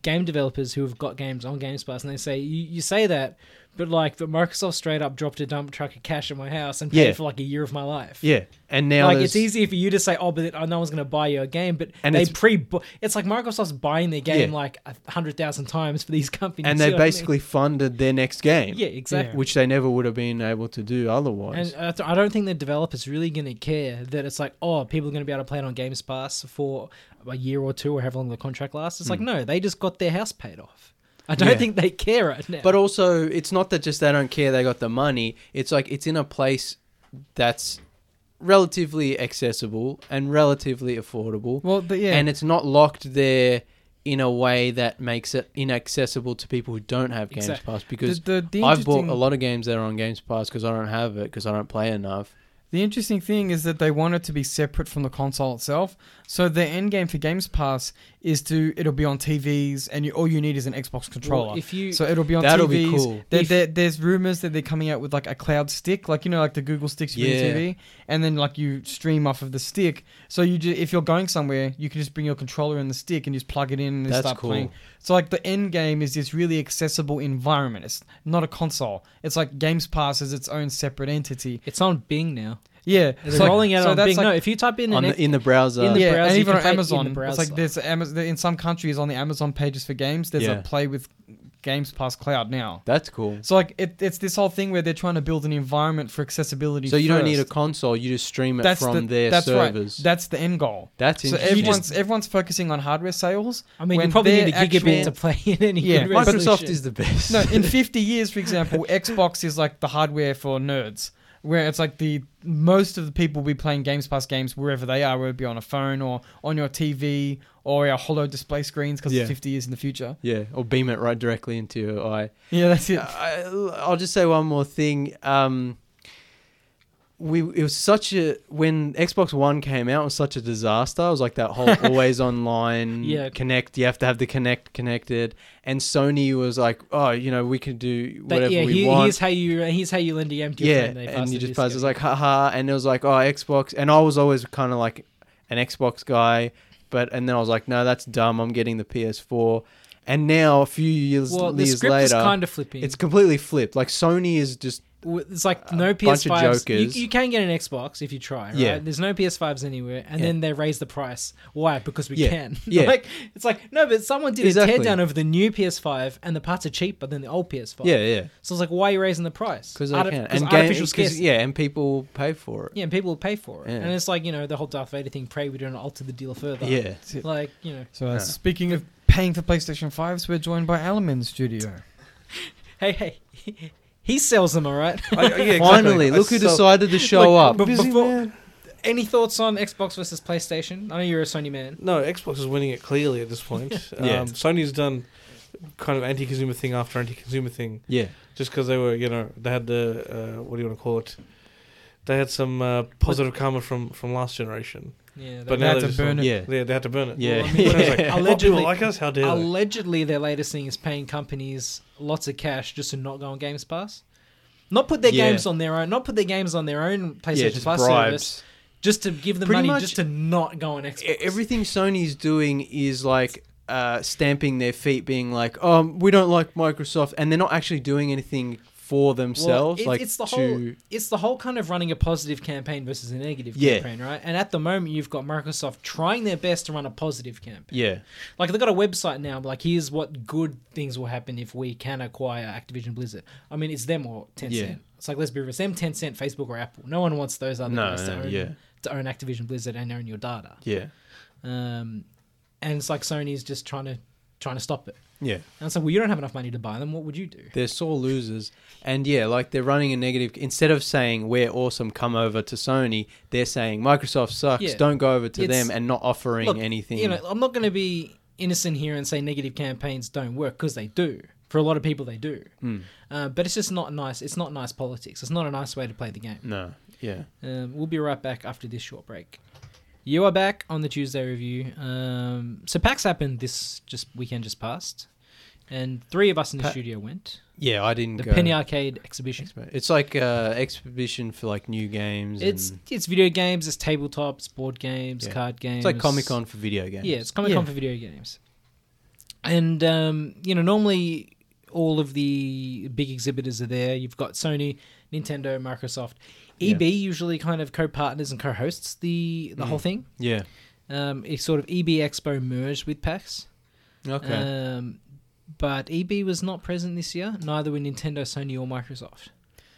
Speaker 1: game developers who have got games on Games Pass, and they say you, you say that, but like, but Microsoft straight up dropped a dump truck of cash at my house and paid
Speaker 2: Yeah.
Speaker 1: for like a year of my life.
Speaker 2: Yeah, and now
Speaker 1: Like
Speaker 2: there's-
Speaker 1: it's easy for you to say, oh, but I no one's going to buy your game, but
Speaker 2: And
Speaker 1: they
Speaker 2: it's-
Speaker 1: pre. It's like Microsoft's buying their game
Speaker 2: Yeah.
Speaker 1: like a hundred thousand times for these companies,
Speaker 2: and
Speaker 1: you
Speaker 2: they
Speaker 1: know what I mean?
Speaker 2: basically funded their next game,
Speaker 1: yeah, exactly.
Speaker 2: which they never would have been able to do otherwise.
Speaker 1: And I th- I don't think the developers really going to care that it's like, oh, people are going to be able to play it on Games Pass for a year or two or however long the contract lasts. It's like, no, they just got their house paid off. I don't
Speaker 2: Hmm. Yeah.
Speaker 1: think they care right now.
Speaker 2: But also, it's not that just they don't care they got the money. It's like it's in a place that's relatively accessible and relatively affordable.
Speaker 3: Well, the, yeah.
Speaker 2: And it's not locked there in a way that makes it inaccessible to people who don't have Games
Speaker 1: Exact-
Speaker 2: Pass because
Speaker 3: the, the, the
Speaker 2: I've bought
Speaker 3: interesting-
Speaker 2: a lot of games that are on Games Pass because I don't have it because I don't play enough.
Speaker 3: The interesting thing is that they want it to be separate from the console itself. So the end game for Games Pass is to it'll be on TVs, and you, all you need is an Xbox controller.
Speaker 1: Well, if you
Speaker 3: so it'll be on
Speaker 2: That'll
Speaker 3: TVs.
Speaker 2: be cool.
Speaker 3: There-
Speaker 1: If-
Speaker 3: there- there's rumors that they're coming out with like a cloud stick, like you know, like the Google sticks you
Speaker 2: Yeah.
Speaker 3: bring to TV, and then like you stream off of the stick. So you, ju- if you're going somewhere, you can just bring your controller and the stick and just plug it in and then
Speaker 2: That's
Speaker 3: start
Speaker 2: cool.
Speaker 3: playing. So like the end game is this really accessible environment. It's not a console. It's like Games Pass is its own separate entity.
Speaker 1: it's on Bing now.
Speaker 3: Yeah,
Speaker 1: They're
Speaker 3: so-
Speaker 1: rolling out
Speaker 3: so
Speaker 1: on
Speaker 3: that's
Speaker 1: Bing.
Speaker 3: like-
Speaker 1: no, if you type in
Speaker 2: On
Speaker 1: an e-
Speaker 2: the, in the browser,
Speaker 1: in the-
Speaker 3: yeah,
Speaker 1: browser,
Speaker 3: and
Speaker 1: you
Speaker 3: even
Speaker 1: can
Speaker 3: on
Speaker 1: play it in
Speaker 3: Amazon,
Speaker 1: the
Speaker 3: it's
Speaker 1: browser.
Speaker 3: like there's Amazon in some countries on the Amazon pages for games. There's
Speaker 2: Yeah.
Speaker 3: a play with Games Pass Cloud now.
Speaker 2: that's cool.
Speaker 3: So like it, it's this whole thing where they're trying to build an environment for accessibility.
Speaker 2: So you do don't need a
Speaker 3: first.
Speaker 2: console; you just stream it
Speaker 3: that's
Speaker 2: from
Speaker 3: the,
Speaker 2: their
Speaker 3: that's
Speaker 2: servers.
Speaker 3: Right. That's the end goal.
Speaker 2: that's
Speaker 3: So
Speaker 2: interesting.
Speaker 3: everyone's everyone's focusing on hardware sales.
Speaker 1: I mean, you
Speaker 3: when
Speaker 1: probably
Speaker 3: their
Speaker 1: need a gigabit to
Speaker 3: actual-
Speaker 1: play in any
Speaker 3: Yeah.
Speaker 1: good
Speaker 2: Microsoft
Speaker 1: resolution.
Speaker 2: is the best.
Speaker 3: No, in 50 years, for example, Xbox is like the hardware for nerds, where it's like the most of the people will be playing Games Pass games wherever they are, whether it be on a phone or on your TV or our hollow display screens because
Speaker 2: Yeah.
Speaker 3: it's 50 years in the future.
Speaker 2: yeah, or beam it right directly into your eye.
Speaker 3: Yeah, that's it.
Speaker 2: I, I'll just say one more thing. Um, we it was such a when Xbox One came out it was such a disaster. It was like that whole always online
Speaker 1: Yeah.
Speaker 2: connect. You have to have the connect connected. And Sony was like, oh, you know, we can do
Speaker 1: But
Speaker 2: whatever
Speaker 1: yeah,
Speaker 2: we
Speaker 1: here-
Speaker 2: want.
Speaker 1: here's how you here's how you lend a E game to your
Speaker 2: yeah,
Speaker 1: friend. They
Speaker 2: and you
Speaker 1: the
Speaker 2: just
Speaker 1: disc
Speaker 2: pass. It's
Speaker 1: over.
Speaker 2: like haha, and it was like oh Xbox, and I was always kind of like an Xbox guy, but and then I was like no, that's dumb. I'm getting the PS4, and now a few years
Speaker 1: well, the
Speaker 2: years
Speaker 1: script is
Speaker 2: later,
Speaker 1: kind of flipping.
Speaker 2: it's completely flipped. Like Sony is just
Speaker 1: w- it's like no
Speaker 2: bunch
Speaker 1: PS5s.
Speaker 2: of jokers.
Speaker 1: You, you can get an Xbox if you try, right?
Speaker 2: Yeah.
Speaker 1: There's no PS5s anywhere, and
Speaker 2: Yeah.
Speaker 1: then they raise the price. Why? Because we
Speaker 2: Yeah.
Speaker 1: can.
Speaker 2: Yeah.
Speaker 1: like it's like no, but someone did
Speaker 2: Exactly.
Speaker 1: a teardown of the new PS5, and the parts are cheaper than the old PS5.
Speaker 2: Yeah, yeah.
Speaker 1: So it's like, why are you raising the price?
Speaker 2: Because
Speaker 1: Arti-
Speaker 2: I can.
Speaker 1: 'cause
Speaker 2: And game,
Speaker 1: artificial
Speaker 2: 'cause-
Speaker 1: scarcity.
Speaker 2: yeah, and people pay for it.
Speaker 1: Yeah, and people will pay for it.
Speaker 2: Yeah.
Speaker 1: And it's like, you know, the whole Darth Vader thing, pray we don't alter the deal further.
Speaker 2: Yeah.
Speaker 1: Like, you know,
Speaker 3: So uh,
Speaker 2: Yeah.
Speaker 3: speaking of paying for PlayStation 5s, we're joined by Alamin Studio.
Speaker 1: hey, hey, he sells them, all right?
Speaker 2: Finally, look who decided to show
Speaker 1: Look,
Speaker 2: up.
Speaker 1: but before- Any thoughts on Xbox versus PlayStation? I know you're a Sony man.
Speaker 4: No, Xbox is winning it clearly at this point.
Speaker 2: Yeah.
Speaker 4: um, Sony's done kind of anti-consumer thing after anti-consumer thing,
Speaker 2: Yeah.
Speaker 4: just because they were, you know, they had the uh, what do you want to call it? They had some uh, positive karma from from last generation.
Speaker 1: Yeah,
Speaker 4: But
Speaker 1: but
Speaker 4: now
Speaker 3: Now
Speaker 4: they
Speaker 3: to
Speaker 4: just-
Speaker 3: burn it.
Speaker 2: Yeah.
Speaker 4: They, they had to burn it.
Speaker 2: Yeah.
Speaker 4: Well, I mean, it's like,
Speaker 1: Yeah.
Speaker 4: what,
Speaker 1: Allegedly-
Speaker 4: people like us? How dare they?
Speaker 1: allegedly their latest thing is paying companies lots of cash just to not go on Games Pass. Not put their
Speaker 2: Yeah.
Speaker 1: games on their own. Not put their games on their own PlayStation
Speaker 2: Yeah, just
Speaker 1: Plus service.
Speaker 2: bribes.
Speaker 1: Just to give them
Speaker 2: Pretty
Speaker 1: money,
Speaker 2: much-
Speaker 1: just to not go on Xbox.
Speaker 2: E- Everything Sony's doing is like uh, stamping their feet, being like, um, we don't like Microsoft. And they're not actually doing anything for themselves.
Speaker 1: it-
Speaker 2: like,
Speaker 1: it's the
Speaker 2: to.
Speaker 1: whole it's the whole kind of running a positive campaign versus a negative
Speaker 2: Yeah.
Speaker 1: campaign, right? And at the moment, you've got Microsoft trying their best to run a positive campaign.
Speaker 2: Yeah.
Speaker 1: Like they've got a website now. Like here's what good things will happen if we can acquire Activision Blizzard. I mean, it's them or Tencent.
Speaker 2: Yeah.
Speaker 1: It's like let's be real. Them, Tencent, Facebook, or Apple. No one wants those other
Speaker 2: No,
Speaker 1: guys to
Speaker 2: no,
Speaker 1: own
Speaker 2: yeah.
Speaker 1: to own Activision Blizzard and own your data.
Speaker 2: Yeah.
Speaker 1: Um, and it's like Sony's just trying to trying to stop it.
Speaker 2: Yeah.
Speaker 1: And it's like, well, you don't have enough money to buy them. What would you do?
Speaker 2: They're sore losers. And yeah, like they're running a negative. Instead of saying, we're awesome, come over to Sony, they're saying, Microsoft sucks,
Speaker 1: Yeah.
Speaker 2: don't go over to
Speaker 1: It's-
Speaker 2: them and not offering
Speaker 1: Look,
Speaker 2: anything.
Speaker 1: You know, I'm not going to be innocent here and say negative campaigns don't work because they do. For a lot of people, they do.
Speaker 2: Hmm,
Speaker 1: Uh, but it's just not nice. It's not nice politics. It's not a nice way to play the game.
Speaker 2: no. Yeah.
Speaker 1: Um, we'll be right back after this short break. You are back on the Tuesday review. Um, so PAX happened this just weekend just passed, and three of us in the
Speaker 2: Pa-
Speaker 1: studio went
Speaker 2: Yeah, I didn't
Speaker 1: the
Speaker 2: go.
Speaker 1: Penny Arcade exhibition.
Speaker 2: Expo. It's like uh, exhibition for like new games.
Speaker 1: It's
Speaker 2: and
Speaker 1: it's video games, it's tabletops, board games,
Speaker 2: Yeah.
Speaker 1: card games.
Speaker 2: it's like Comic Con for video games.
Speaker 1: Yeah, it's Comic Con
Speaker 3: Yeah.
Speaker 1: for video games. And um, you know, normally all of the big exhibitors are there. You've got Sony, Nintendo, Microsoft. EB usually kind of co-partners and co-hosts the
Speaker 2: Mm.
Speaker 1: the whole thing.
Speaker 2: Yeah.
Speaker 1: Um, it's sort of EB Expo merged with PAX.
Speaker 2: Okay.
Speaker 1: Um, but EB was not present this year. Neither were Nintendo, Sony, or Microsoft.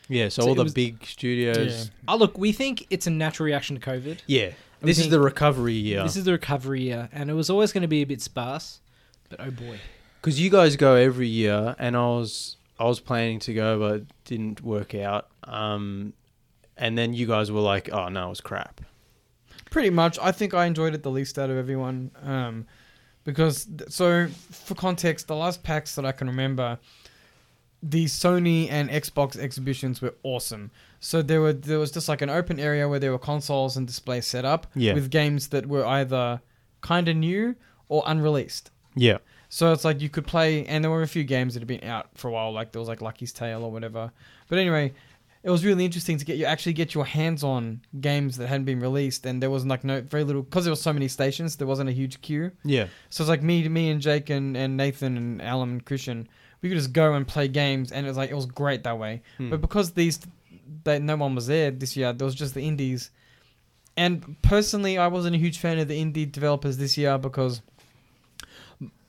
Speaker 2: yeah. So,
Speaker 1: so
Speaker 2: all
Speaker 1: it
Speaker 2: the
Speaker 1: was-
Speaker 2: big studios.
Speaker 1: Oh, look, we think it's a natural reaction to COVID.
Speaker 2: Yeah. This is
Speaker 1: think-
Speaker 2: the recovery year.
Speaker 1: This is the recovery year, and it was always going to be a bit sparse. But oh boy,
Speaker 2: Because you guys go every year, and I was I was planning to go, but it didn't work out. Um, and then you guys were like, "Oh no, it was crap."
Speaker 3: Pretty much. I think I enjoyed it the least out of everyone. Um, because, th- so for context, the last packs that I can remember, the Sony and Xbox exhibitions were awesome. So there were there was just like an open area where there were consoles and displays set up
Speaker 2: Yeah.
Speaker 3: with games that were either kind of new or unreleased.
Speaker 2: Yeah,
Speaker 3: So it's like you could play, and there were a few games that had been out for a while, like there was like Lucky's Tale or whatever. But anyway, it was really interesting to get you actually get your hands on games that hadn't been released, and there was like no very little because there were so many stations, there wasn't a huge queue.
Speaker 2: yeah,
Speaker 3: So it's like me, me and Jake and, and Nathan and Alan and Christian, we could just go and play games, and it was like it was great that way.
Speaker 2: Hmm.
Speaker 3: But because these, that no one was there this year, there was just the indies. And personally, I wasn't a huge fan of the indie developers this year because,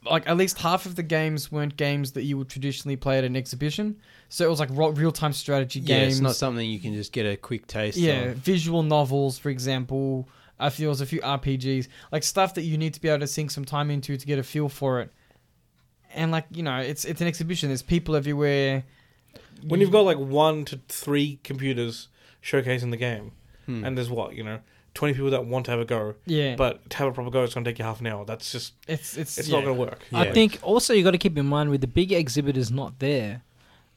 Speaker 3: like, at least half of the games weren't games that you would traditionally play at an exhibition. So it was like real time strategy
Speaker 2: yeah.
Speaker 3: games.
Speaker 2: It's not something you can just get a quick taste.
Speaker 3: Yeah,
Speaker 2: of.
Speaker 3: visual novels, for example. I feel there's a few RPGs, like stuff that you need to be able to sink some time into to get a feel for it. And like you know, it's it's an exhibition. There's people everywhere.
Speaker 4: when you've got like one to three computers showcasing the game,
Speaker 2: Hmm.
Speaker 4: and there's what you know, twenty people that want to have a go,
Speaker 3: yeah, but
Speaker 4: but to have a proper go, it's going to take you half an hour. That's just
Speaker 3: it's it's
Speaker 4: it's
Speaker 3: yeah.
Speaker 4: not going to work.
Speaker 1: I
Speaker 2: Yeah.
Speaker 1: think also you got to keep in mind with the big exhibitors not there.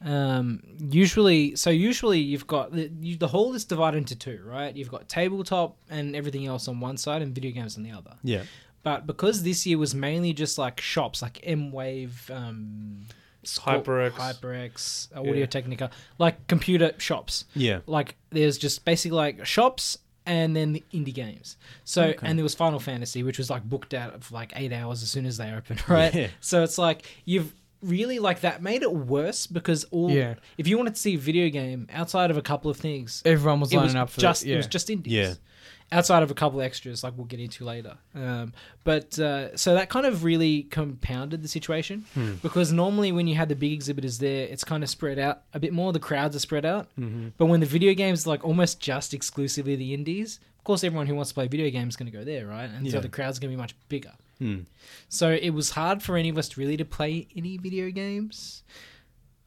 Speaker 1: Um, usually, so usually you've got the, you, the hall is divided into two, right? You've got tabletop and everything else on one side, and video games on the other.
Speaker 2: yeah,
Speaker 1: But because this year was mainly just like shops, like M Wave, um, Scor-
Speaker 4: HyperX.
Speaker 1: HyperX, uh, Audio
Speaker 4: Yeah.
Speaker 1: Technica, like computer shops.
Speaker 2: yeah,
Speaker 1: Like there's just basically like shops and then the indie games. So and there was Final Fantasy, which was like booked out for like eight hours as soon as they opened, right?
Speaker 2: Yeah.
Speaker 1: So it's like you've really like that made it worse because all
Speaker 3: Yeah.
Speaker 1: if you wanted to see a video game outside of a couple of things,
Speaker 3: Everyone was
Speaker 1: it
Speaker 3: lining
Speaker 1: was
Speaker 3: up for
Speaker 1: just
Speaker 3: that. Yeah.
Speaker 1: it was just indies.
Speaker 5: Yeah.
Speaker 1: Outside of a couple extras, like we'll get into later, um, but uh, so that kind of really compounded the situation
Speaker 3: Hmm.
Speaker 1: because normally when you had the big exhibitors there, it's kind of spread out a bit more. The crowds are spread out,
Speaker 3: Mm-hmm.
Speaker 1: but when the video games like almost just exclusively the indies, of course everyone who wants to play video games is going to go there, right? And so
Speaker 5: Yeah.
Speaker 1: the crowd's going to be much bigger.
Speaker 5: Hmm.
Speaker 1: So it was hard for any of us to really to play any video games.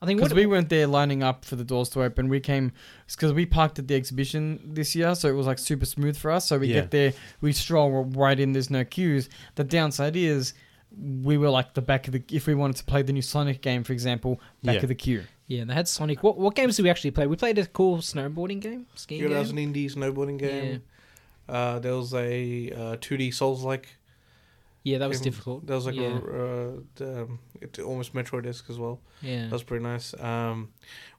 Speaker 1: I think what
Speaker 3: Because we weren't there lining up for the doors to open. We came because we parked at the exhibition this year, so it was like super smooth for us. So we
Speaker 5: Yeah.
Speaker 3: get there, we stroll right in. There's no queues. The downside is we were like the back of the. If we wanted to play the new Sonic game, for example, back
Speaker 5: Yeah.
Speaker 3: of the queue.
Speaker 1: yeah, they had Sonic. What what games did we actually play? We played a cool snowboarding game, skiing
Speaker 4: Yeah, that
Speaker 1: game.
Speaker 4: was an indie snowboarding game. Uh, there was a uh, 2D Souls-like.
Speaker 1: yeah, that was
Speaker 4: game.
Speaker 1: difficult.
Speaker 4: There was like
Speaker 1: yeah,
Speaker 4: a uh, the, um, it, almost Metroid-esque as well.
Speaker 1: yeah.
Speaker 4: That was pretty nice. Um,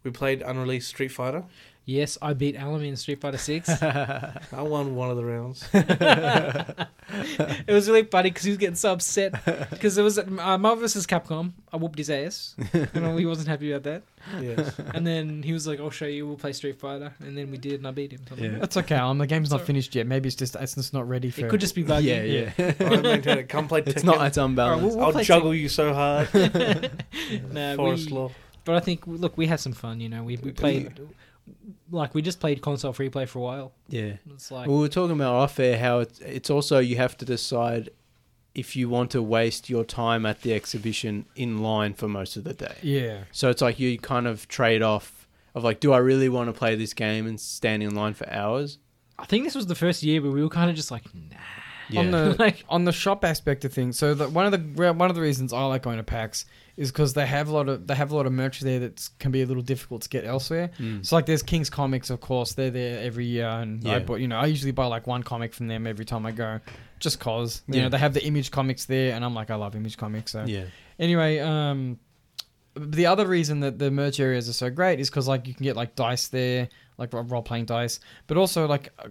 Speaker 4: we played unreleased Street Fighter.
Speaker 1: yes, I beat Alamy in Street Fighter Six.
Speaker 4: I won one of the rounds.
Speaker 1: it was really funny because he was getting so upset because it was uh, Marvel vs. Capcom. I whooped his ass, and he wasn't happy about that.
Speaker 4: yes.
Speaker 1: And then he was like, "I'll show you. We'll play Street Fighter." And then we did, and I beat him. Something
Speaker 5: Yeah.
Speaker 1: like that.
Speaker 3: That's okay. Um, the game's not
Speaker 1: Sorry.
Speaker 3: finished yet. Maybe it's just it's just not ready for.
Speaker 1: It could just be buggy.
Speaker 2: yeah, yeah.
Speaker 4: I maintain it. Come play Tekken.
Speaker 2: it's not. It's
Speaker 1: All right,
Speaker 2: unbalanced.
Speaker 1: we'll- we'll
Speaker 4: I'll
Speaker 1: play
Speaker 4: juggle you so hard.
Speaker 1: Nah,
Speaker 4: Forest
Speaker 1: we-
Speaker 4: Law.
Speaker 1: But I think, look, we had some fun, you know. We, we played, like, we just played console free play for a while.
Speaker 2: yeah.
Speaker 1: It's like,
Speaker 2: we were talking about off air how it's, it's also you have to decide if you want to waste your time at the exhibition in line for most of the day.
Speaker 3: yeah.
Speaker 2: So it's like you kind of trade off of like, do I really want to play this game and stand in line for hours?
Speaker 1: I think this was the first year where we were kind of just like, nah.
Speaker 3: on
Speaker 5: Yeah.
Speaker 3: the
Speaker 1: Like-
Speaker 3: on the shop aspect of things. So the, one of the re- one of the reasons I like going to PAX is because they have a lot of they have a lot of merch there that can be a little difficult to get elsewhere.
Speaker 2: Mm.
Speaker 3: So like there's King's Comics, of course, they're there every year, and
Speaker 5: Yeah.
Speaker 3: I bought you know I usually buy like one comic from them every time I go, just cause you
Speaker 5: Yeah.
Speaker 3: know they have the Image Comics there, and I'm like I love Image Comics. So
Speaker 5: Yeah.
Speaker 3: anyway, um, the other reason that the merch areas are so great is because like you can get like dice there, like role playing dice, but also like uh,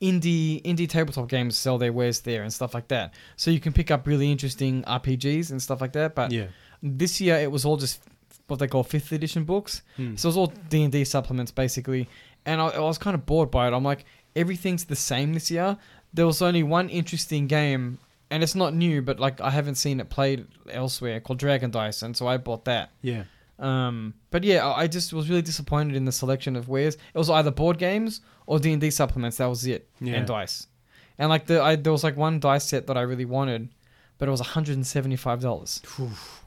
Speaker 3: indie indie tabletop games sell their wares there and stuff like that. So you can pick up really interesting RPGs and stuff like that. But
Speaker 5: Yeah.
Speaker 3: this year it was all just what they call fifth edition books,
Speaker 5: Hmm.
Speaker 2: Mm.
Speaker 3: so it was all D and D supplements basically, and I, I was kind of bored by it. I'm like, everything's the same this year. There was only one interesting game, and it's not new, but like I haven't seen it played elsewhere called Dragon Dice, and so I bought that.
Speaker 5: Yeah.
Speaker 3: Um, but yeah, I I just was really disappointed in the selection of wares. It was either board games or D and D supplements. That was it,
Speaker 5: Yeah.
Speaker 3: and dice. And like the I, there was like one dice set that I really wanted, but it was one hundred and seventy five dollars.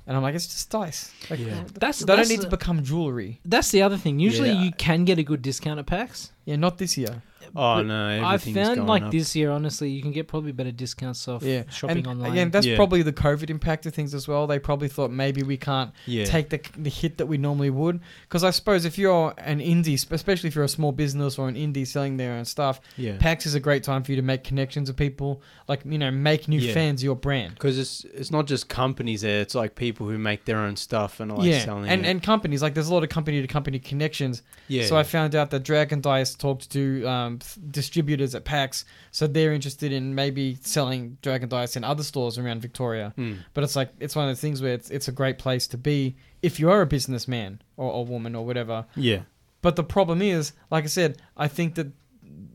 Speaker 3: And I'm like, it's just dice. Like, uh,
Speaker 5: Yeah.
Speaker 1: That's,
Speaker 3: They
Speaker 1: that's,
Speaker 3: don't need to become jewelry.
Speaker 1: that's the other thing. Usually
Speaker 2: Yeah.
Speaker 1: you can get a good discount at PAX.
Speaker 3: Yeah, not this year.
Speaker 2: Oh
Speaker 1: But
Speaker 2: no,
Speaker 1: I
Speaker 2: everything's
Speaker 1: found
Speaker 2: gone
Speaker 1: like
Speaker 2: up.
Speaker 1: this year, honestly, you can get probably better discounts off
Speaker 3: Yeah,
Speaker 1: shopping
Speaker 3: and
Speaker 1: online.
Speaker 3: Again, that's
Speaker 5: Yeah.
Speaker 3: probably the COVID impact of things as well. They probably thought maybe we can't
Speaker 5: Yeah.
Speaker 3: take the, the hit that we normally would. Because I suppose if you're an indie, sp- especially if you're a small business or an indie selling their own stuff,
Speaker 5: Yeah.
Speaker 3: PAX is a great time for you to make connections with people. Like you know, make new
Speaker 5: Yeah.
Speaker 3: fans of your brand.
Speaker 2: because it's it's not just companies there. It's like people who make their own stuff and are like
Speaker 3: yeah,
Speaker 2: selling
Speaker 3: and
Speaker 2: it.
Speaker 3: and companies like there's a lot of company to company connections.
Speaker 5: Yeah.
Speaker 3: So I found out that Dragon Dice talked to um, th- distributors at PAX, so they're interested in maybe selling Dragon Dice in other stores around Victoria.
Speaker 5: Mm.
Speaker 3: But it's like it's one of those things where it's it's a great place to be if you are a businessman or a woman or whatever.
Speaker 5: Yeah.
Speaker 3: But the problem is, like I said, I think that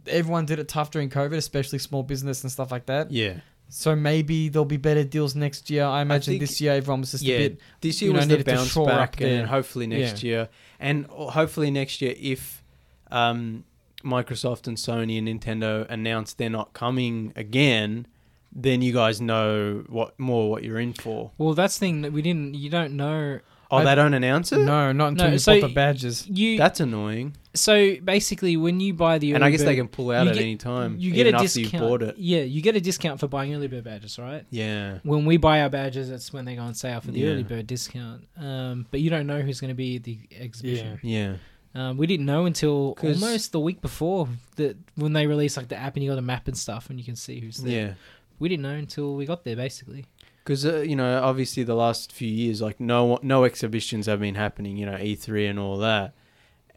Speaker 3: everyone did it tough during COVID, especially small business and stuff like that.
Speaker 5: Yeah.
Speaker 3: So maybe there'll be better deals next year. I imagine
Speaker 2: think-
Speaker 3: this year everyone was just a bit
Speaker 2: this
Speaker 3: you
Speaker 2: year
Speaker 3: know,
Speaker 2: was the
Speaker 3: needed to
Speaker 2: bounce
Speaker 3: shore
Speaker 2: back,
Speaker 3: up
Speaker 2: and
Speaker 3: the-
Speaker 2: hopefully next year, and hopefully next year, if um, Microsoft and Sony and Nintendo announce they're not coming again, then you guys know what more what you're in for.
Speaker 1: well, that's the thing that we didn't, you don't know.
Speaker 2: Oh,
Speaker 1: I-
Speaker 2: they don't announce it.
Speaker 3: no, not until
Speaker 1: No,
Speaker 3: you
Speaker 1: so
Speaker 3: bought
Speaker 1: y-
Speaker 3: the badges.
Speaker 1: You
Speaker 2: That's annoying.
Speaker 1: so basically when you buy the
Speaker 2: and I
Speaker 1: early
Speaker 2: guess they
Speaker 1: bird-
Speaker 2: can pull out
Speaker 1: you
Speaker 2: at
Speaker 1: get-
Speaker 2: any time.
Speaker 1: you get
Speaker 2: even
Speaker 1: a
Speaker 2: after
Speaker 1: discount.
Speaker 2: You bought it.
Speaker 1: Yeah, you get a discount for buying early bird badges, right?
Speaker 2: Yeah.
Speaker 1: When we buy our badges, that's when they go on sale for the
Speaker 2: Yeah.
Speaker 1: early bird discount. Um, but you don't know who's going to be at the exhibition.
Speaker 2: Yeah.
Speaker 1: Um, we didn't know until
Speaker 2: 'Cause-
Speaker 1: almost the week before that when they released like the app and you got a map and stuff and you can see who's there.
Speaker 2: Yeah.
Speaker 1: We didn't know until we got there, basically.
Speaker 2: Because uh, you know, obviously, the last few years, like no no exhibitions have been happening. You know, E three and all that.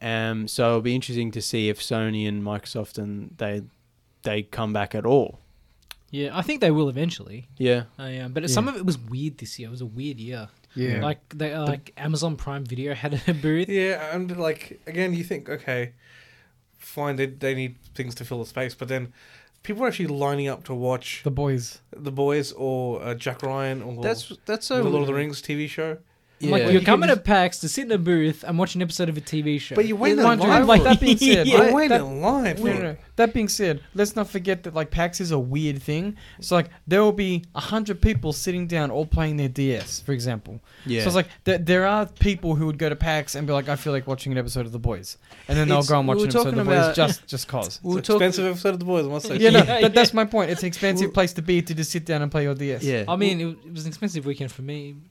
Speaker 2: Um, so it'll be interesting to see if Sony and Microsoft and they they come back at all.
Speaker 1: Yeah, I think they will eventually.
Speaker 2: Yeah.
Speaker 1: I am, but
Speaker 3: Yeah.
Speaker 1: some of it was weird this year. It was a weird year.
Speaker 3: Yeah.
Speaker 1: Like they uh, like Amazon Prime Video had a booth.
Speaker 4: Yeah, and like again, you think okay, fine, they they need things to fill the space, but then people are actually lining up to watch
Speaker 3: the boys.
Speaker 4: The Boys or uh, Jack Ryan or
Speaker 2: That's that's
Speaker 4: the
Speaker 2: so.
Speaker 4: Lord of the Rings TV show.
Speaker 2: Yeah.
Speaker 1: Like
Speaker 3: you
Speaker 1: you're
Speaker 3: can
Speaker 1: coming
Speaker 3: just-
Speaker 1: to PAX to sit in a booth and watch an episode of a TV show.
Speaker 4: But you wait in
Speaker 3: mind you,
Speaker 4: line.
Speaker 3: like
Speaker 4: for it.
Speaker 3: that being said,
Speaker 4: you
Speaker 3: like,
Speaker 4: wait
Speaker 3: that-
Speaker 4: in line. for
Speaker 3: No, no,
Speaker 4: it.
Speaker 3: no. That being said, let's not forget that like PAX is a weird thing. So like there will be a hundred people sitting down all playing their DS, for example.
Speaker 2: yeah.
Speaker 3: So it's like th- there are people who would go to PAX and be like, I feel like watching an episode of The Boys, and then they'll
Speaker 2: It's-
Speaker 3: go and
Speaker 2: we
Speaker 3: watch
Speaker 2: were
Speaker 3: an episode of The
Speaker 2: talking about-
Speaker 3: Boys just just cause.
Speaker 2: we'll
Speaker 4: it's an
Speaker 2: talk-
Speaker 4: expensive episode of The Boys, I must say.
Speaker 3: Yeah, no,
Speaker 1: Yeah,
Speaker 3: that, that's my point. It's an expensive place to be to just sit down and play your DS.
Speaker 2: Yeah.
Speaker 1: I mean, it, it was an expensive weekend for me.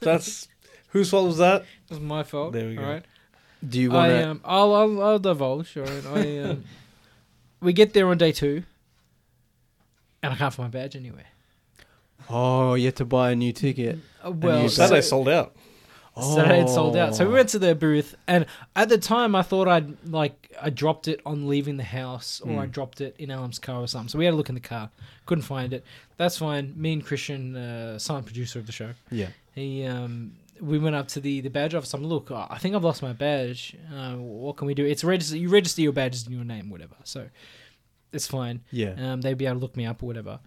Speaker 4: That's who swallows that?
Speaker 1: It was my fault.
Speaker 4: There we go.
Speaker 1: all right?
Speaker 2: do you want
Speaker 1: I
Speaker 2: to?
Speaker 1: um, I'll, I'll I'll divulge. All right, I um, we get there on day two, and I can't find my badge anywhere.
Speaker 2: Oh, you have to buy a new ticket.
Speaker 1: Uh, well,
Speaker 2: you
Speaker 1: so-
Speaker 4: Saturday sold out.
Speaker 2: Oh.
Speaker 1: Saturday it sold out. So we went to their booth, and at the time I thought I'd like I dropped it on leaving the house, or I dropped it in Alan's car or something. So we had a look in the car, couldn't find it. That's fine. Me and Christian, uh, silent producer of the show,
Speaker 2: Oh. Yeah.
Speaker 1: he um, we went up to the the badge office. I'm look, I I think I've lost my badge. Uh, what can we do? It's register. You register your badges in your name, whatever. So it's fine.
Speaker 2: Yeah.
Speaker 1: Um, they'd be able to look me up or whatever.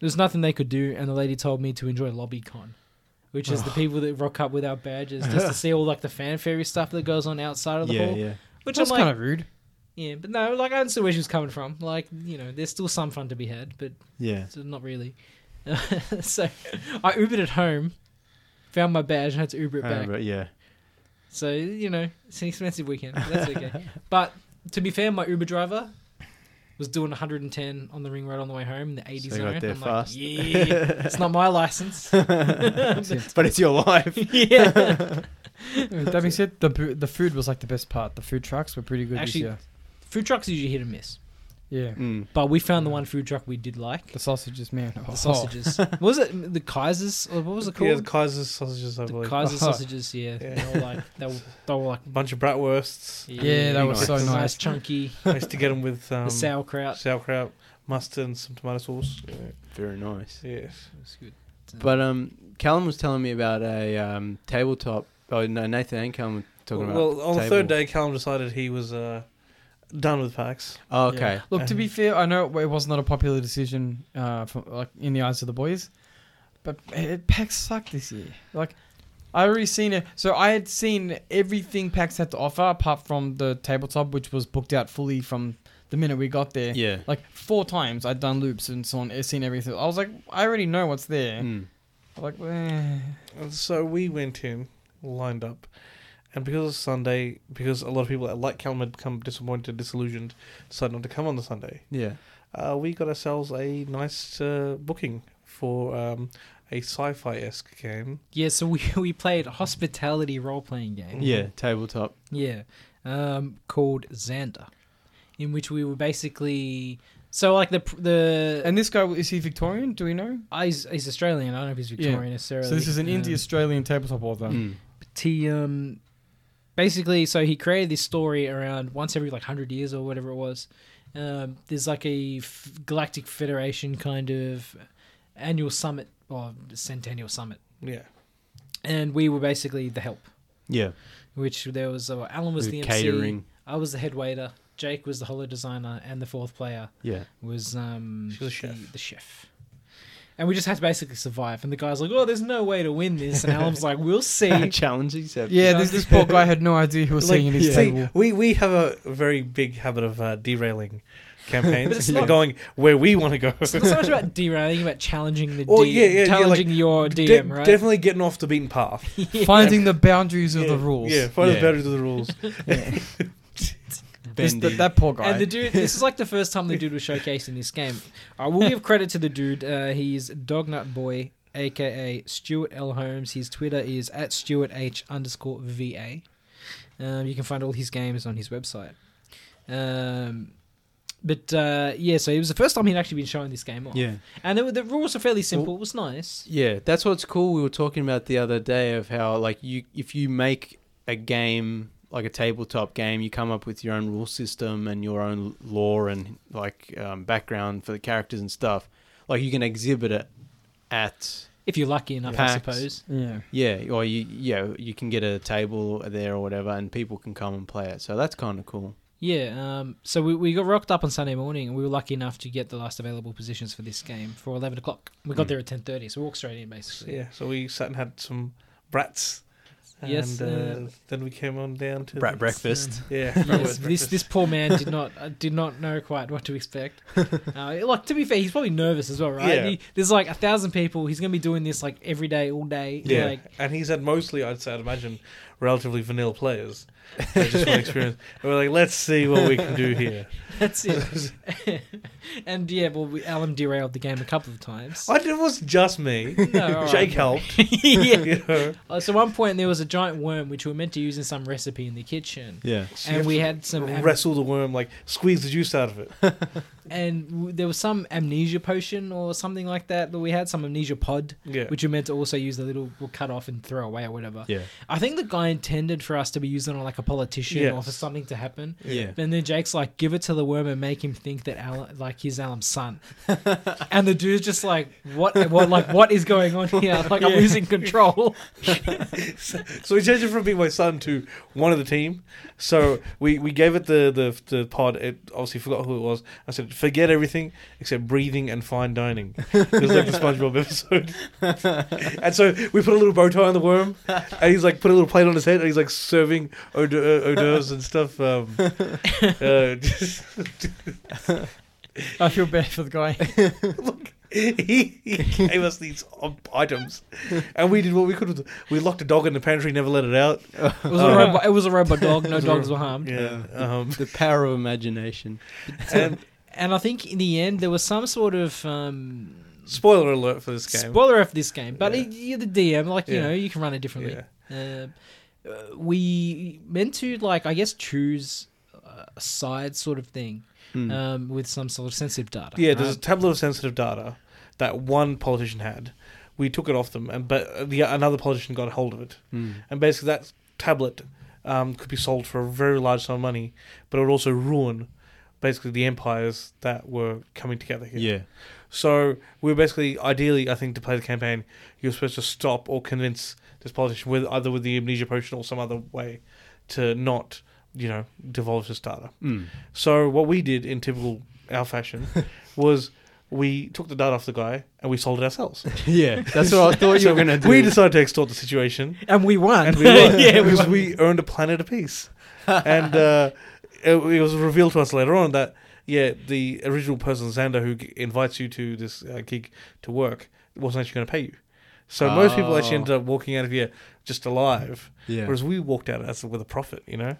Speaker 1: There's nothing they could do, and the lady told me to enjoy LobbyCon, which is the
Speaker 2: Oh.
Speaker 1: people that rock up without badges just to see all like the fanfare stuff that goes on outside of the
Speaker 2: Yeah.
Speaker 1: hall.
Speaker 2: Yeah.
Speaker 1: Which
Speaker 3: That's
Speaker 1: I'm like,
Speaker 3: kind of rude.
Speaker 1: yeah, but no, like I understand where she was coming from. Like you know, there's still some fun to be had, but
Speaker 2: Yeah.
Speaker 1: so not really. so I Ubered it home, found my badge, and had to Uber it
Speaker 2: I
Speaker 1: back.
Speaker 2: remember, yeah.
Speaker 1: So you know, it's an expensive weekend. But that's okay. but to be fair, my Uber driver was doing 110 on the ring road on the way home in the 80
Speaker 2: So you
Speaker 1: zone.
Speaker 2: got there
Speaker 1: I'm
Speaker 2: fast.
Speaker 1: like, yeah, it's not my license.
Speaker 2: But it's your life.
Speaker 1: yeah,
Speaker 3: that being said, the bu- the food was like the best part. The food trucks were pretty good
Speaker 1: Actually-
Speaker 3: this
Speaker 1: food trucks usually hit and miss,
Speaker 3: year. Yeah,
Speaker 2: Mm.
Speaker 1: but we found the one food truck we did like.
Speaker 3: the sausages, man. oh,
Speaker 1: The sausages. What was it the Kaisers? Or what was it
Speaker 4: Yeah, the
Speaker 1: called?
Speaker 4: Kaiser's sausages, I
Speaker 1: the
Speaker 4: believe.
Speaker 1: Kaiser
Speaker 3: Oh.
Speaker 1: sausages. Yeah,
Speaker 4: Yeah.
Speaker 1: They, were like, they were they were like
Speaker 4: bunch of bratwursts.
Speaker 3: Yeah, that
Speaker 2: was
Speaker 1: nice.
Speaker 2: so
Speaker 3: nice.
Speaker 1: chunky.
Speaker 4: I used to get them with um,
Speaker 1: the sauerkraut.
Speaker 4: sauerkraut, mustard, and some tomato sauce.
Speaker 2: Very nice.
Speaker 4: Yes.
Speaker 1: It's good.
Speaker 2: But um, Callum was telling me about a um, tabletop. Oh no, Nathan and Callum were talking
Speaker 4: well,
Speaker 2: about.
Speaker 4: on the
Speaker 2: table.
Speaker 4: third day, Callum decided he was uh, done with PAX.
Speaker 2: Oh, okay.
Speaker 3: Yeah. Look, to be fair, I know it was not a popular decision, uh, for, like in the eyes of the boys, but it, PAX sucked this year. Like, I already seen it. So I had seen everything PAX had to offer, apart from the tabletop, which was booked out fully from the minute we got there.
Speaker 2: Yeah.
Speaker 3: Like four times, I'd done loops and so on. I'd seen everything. I was like, I already know what's there.
Speaker 2: Mm.
Speaker 3: Like, eh.
Speaker 4: And so we went in, lined up, and because it's Sunday, because a lot of people like Callum had become disappointed, disillusioned, decided not to come on the Sunday.
Speaker 2: Yeah.
Speaker 4: Uh, we got ourselves a nice uh, booking for um, a sci-fi esque game.
Speaker 1: Yeah, so we we played a hospitality role playing game.
Speaker 2: Yeah. Tabletop.
Speaker 1: Yeah, um, called Xander, in which we were basically so like the pr- the
Speaker 3: And this guy, is he Victorian? Do we know?
Speaker 1: I he's, he's Australian. I don't know if he's Victorian necessarily.
Speaker 3: So this is an
Speaker 1: Um,
Speaker 3: indie Australian tabletop author.
Speaker 2: Mm.
Speaker 1: But he um, basically so he created this story around once every like hundred years or whatever it was. Um, there's like a f- galactic federation kind of annual summit or centennial summit,
Speaker 4: Yeah,
Speaker 1: and we were basically the help.
Speaker 2: Yeah.
Speaker 1: Which there was uh, Alan was
Speaker 2: With
Speaker 1: the MC,
Speaker 2: catering.
Speaker 1: I was the head waiter. Jake was the holo designer, and the fourth player
Speaker 2: Yeah.
Speaker 1: was um
Speaker 4: She was a
Speaker 1: the,
Speaker 4: chef.
Speaker 1: the chef. And we just had to basically survive. And the guy's like, "Oh, there's no way to win this." And Alan's like, "We'll see."
Speaker 2: Challenge accepted.
Speaker 3: Yeah, this, this poor guy had no idea who was sitting at his
Speaker 4: see,
Speaker 3: table.
Speaker 4: we we have a very big habit of uh, derailing
Speaker 1: But
Speaker 4: campaigns
Speaker 1: it's
Speaker 4: and
Speaker 1: not-
Speaker 4: going where we want to go.
Speaker 1: It's not so much about derailing, about challenging the
Speaker 4: Oh,
Speaker 1: D-
Speaker 4: yeah, yeah, yeah,
Speaker 1: challenging your
Speaker 4: De-
Speaker 1: DM, right?
Speaker 4: Definitely getting off the beaten path.
Speaker 3: Finding the boundaries of
Speaker 4: yeah,
Speaker 3: the rules.
Speaker 4: Yeah, find
Speaker 2: Yeah.
Speaker 4: the boundaries of the rules.
Speaker 3: This-
Speaker 2: Bendy.
Speaker 3: that, that poor guy.
Speaker 1: And the dude, this is like the first time the dude was showcased in this game. I will give credit to the dude. Uh, he's Dognut Boy, aka Stuart L Holmes. His Twitter is at Stuart H underscore VA. Um, you can find all his games on his website. Um, but uh, yeah, so it was the first time he'd actually been showing this game off.
Speaker 2: Yeah.
Speaker 1: And the, the rules are fairly simple. It was nice.
Speaker 2: Yeah, that's what's cool. We were talking about the other day of how like you if you make a game like a tabletop game, you come up with your own rule system and your own lore and like um, background for the characters and stuff. Like you can exhibit it at
Speaker 1: If you're lucky enough, I
Speaker 2: Packs.
Speaker 1: suppose.
Speaker 3: Yeah.
Speaker 2: yeah, or you yeah you can get a table there or whatever, and people can come and play it. So that's kind of cool.
Speaker 1: Yeah. Um, so we, we got rocked up on Sunday morning, and we were lucky enough to get the last available positions for this game for eleven o'clock. We got
Speaker 2: Mm.
Speaker 1: there at ten thirty, so we walked straight in basically. Um,
Speaker 4: yeah, so we sat and had some brats. And
Speaker 1: Yes,
Speaker 4: uh,
Speaker 1: uh,
Speaker 4: then we came on down to
Speaker 2: Brat
Speaker 4: the-
Speaker 2: breakfast.
Speaker 4: Yeah,
Speaker 1: Yes,
Speaker 4: brat breakfast.
Speaker 1: this this poor man did not uh, did not know quite what to expect. Uh, like to be fair, he's probably nervous as well, right?
Speaker 4: Yeah.
Speaker 1: He, there's like a thousand people. He's gonna be doing this like every day, all day.
Speaker 4: Yeah,
Speaker 1: Like,
Speaker 4: and he's had mostly, I'd say, I'd imagine, relatively vanilla players. They just want experience. And we're like, let's see what we can do here.
Speaker 1: that's it. and yeah, well, we, Alan derailed the game a couple of times.
Speaker 4: I, it was just me.
Speaker 1: No, all
Speaker 4: Jake
Speaker 1: right.
Speaker 4: helped.
Speaker 1: yeah.
Speaker 4: You know?
Speaker 1: Uh, So one point there was a giant worm which we were meant to use in some recipe in the kitchen.
Speaker 2: Yeah,
Speaker 4: So
Speaker 1: And
Speaker 4: you have
Speaker 1: we
Speaker 4: to
Speaker 1: had some am-
Speaker 4: wrestle the worm, like squeeze the juice out of it.
Speaker 1: and w- there was some amnesia potion or something like that that we had some amnesia pod
Speaker 4: Yeah,
Speaker 1: which we meant to also use the little we'll cut off and throw away or whatever.
Speaker 2: yeah,
Speaker 1: I think the guy intended for us to be using it on like a politician or
Speaker 4: Yes.
Speaker 1: for something to happen.
Speaker 2: yeah.
Speaker 1: And then Jake's like, give it to the worm and make him think that Alan, like he's Alan's son. and the dude's just like, what, what, like, what is going on here? Like, I'm losing control.
Speaker 4: so we changed it from being my son to one of the team. So we, we gave it the, the the pod. It obviously forgot who it was. I said, forget everything except breathing and fine dining. It was like the SpongeBob episode. and so we put a little bow tie on the worm, and he's like put a little plate on his head, and he's like serving hors, d'oe- hors d'oeuvres and stuff. Um, uh,
Speaker 3: I feel bad for the guy.
Speaker 4: he, he gave us these items, and we did what we could. With it. We locked a dog in the pantry, never let it out.
Speaker 1: It was, a, robot, it was a robot dog. No dogs were harmed.
Speaker 4: Yeah. Um,
Speaker 2: the power of imagination.
Speaker 4: and
Speaker 1: And I think in the end, there was some sort of um,
Speaker 4: spoiler alert for this game.
Speaker 1: spoiler of this game. But
Speaker 4: Yeah.
Speaker 1: it- you're the DM. Like, you
Speaker 4: Yeah.
Speaker 1: know, you can run it differently.
Speaker 4: yeah.
Speaker 1: uh, we meant to like I guess choose a side sort of thing
Speaker 2: Mm.
Speaker 1: um, with some sort of sensitive data.
Speaker 4: Yeah, there's a
Speaker 1: right?
Speaker 4: tableau of sensitive data that one politician had. We took it off them, and but the another politician got hold of it,
Speaker 2: Mm.
Speaker 4: and basically that tablet um, could be sold for a very large sum of money, but it would also ruin basically the empires that were coming together here.
Speaker 2: Yeah,
Speaker 4: So we were basically, ideally, I think, to play the campaign, you're supposed to stop or convince this politician with either with the amnesia potion or some other way to not, you know, divulge this data.
Speaker 2: mm.
Speaker 4: So what we did in typical our fashion was we took the data off the guy and we sold it ourselves.
Speaker 2: yeah. That's what I thought you were gonna do. Ah,
Speaker 4: we decided to extort the situation,
Speaker 1: and we won.
Speaker 4: and we won
Speaker 1: yeah, we
Speaker 4: because
Speaker 1: won.
Speaker 4: we earned a planet apiece. And uh, it, it was revealed to us later on that yeah, the original person Xander who g- invites you to this uh, gig to work wasn't actually going to pay you. So most people actually
Speaker 2: Oh.
Speaker 4: ended up walking out of here just alive,
Speaker 2: yeah.
Speaker 4: whereas we walked out as with a profit, you know.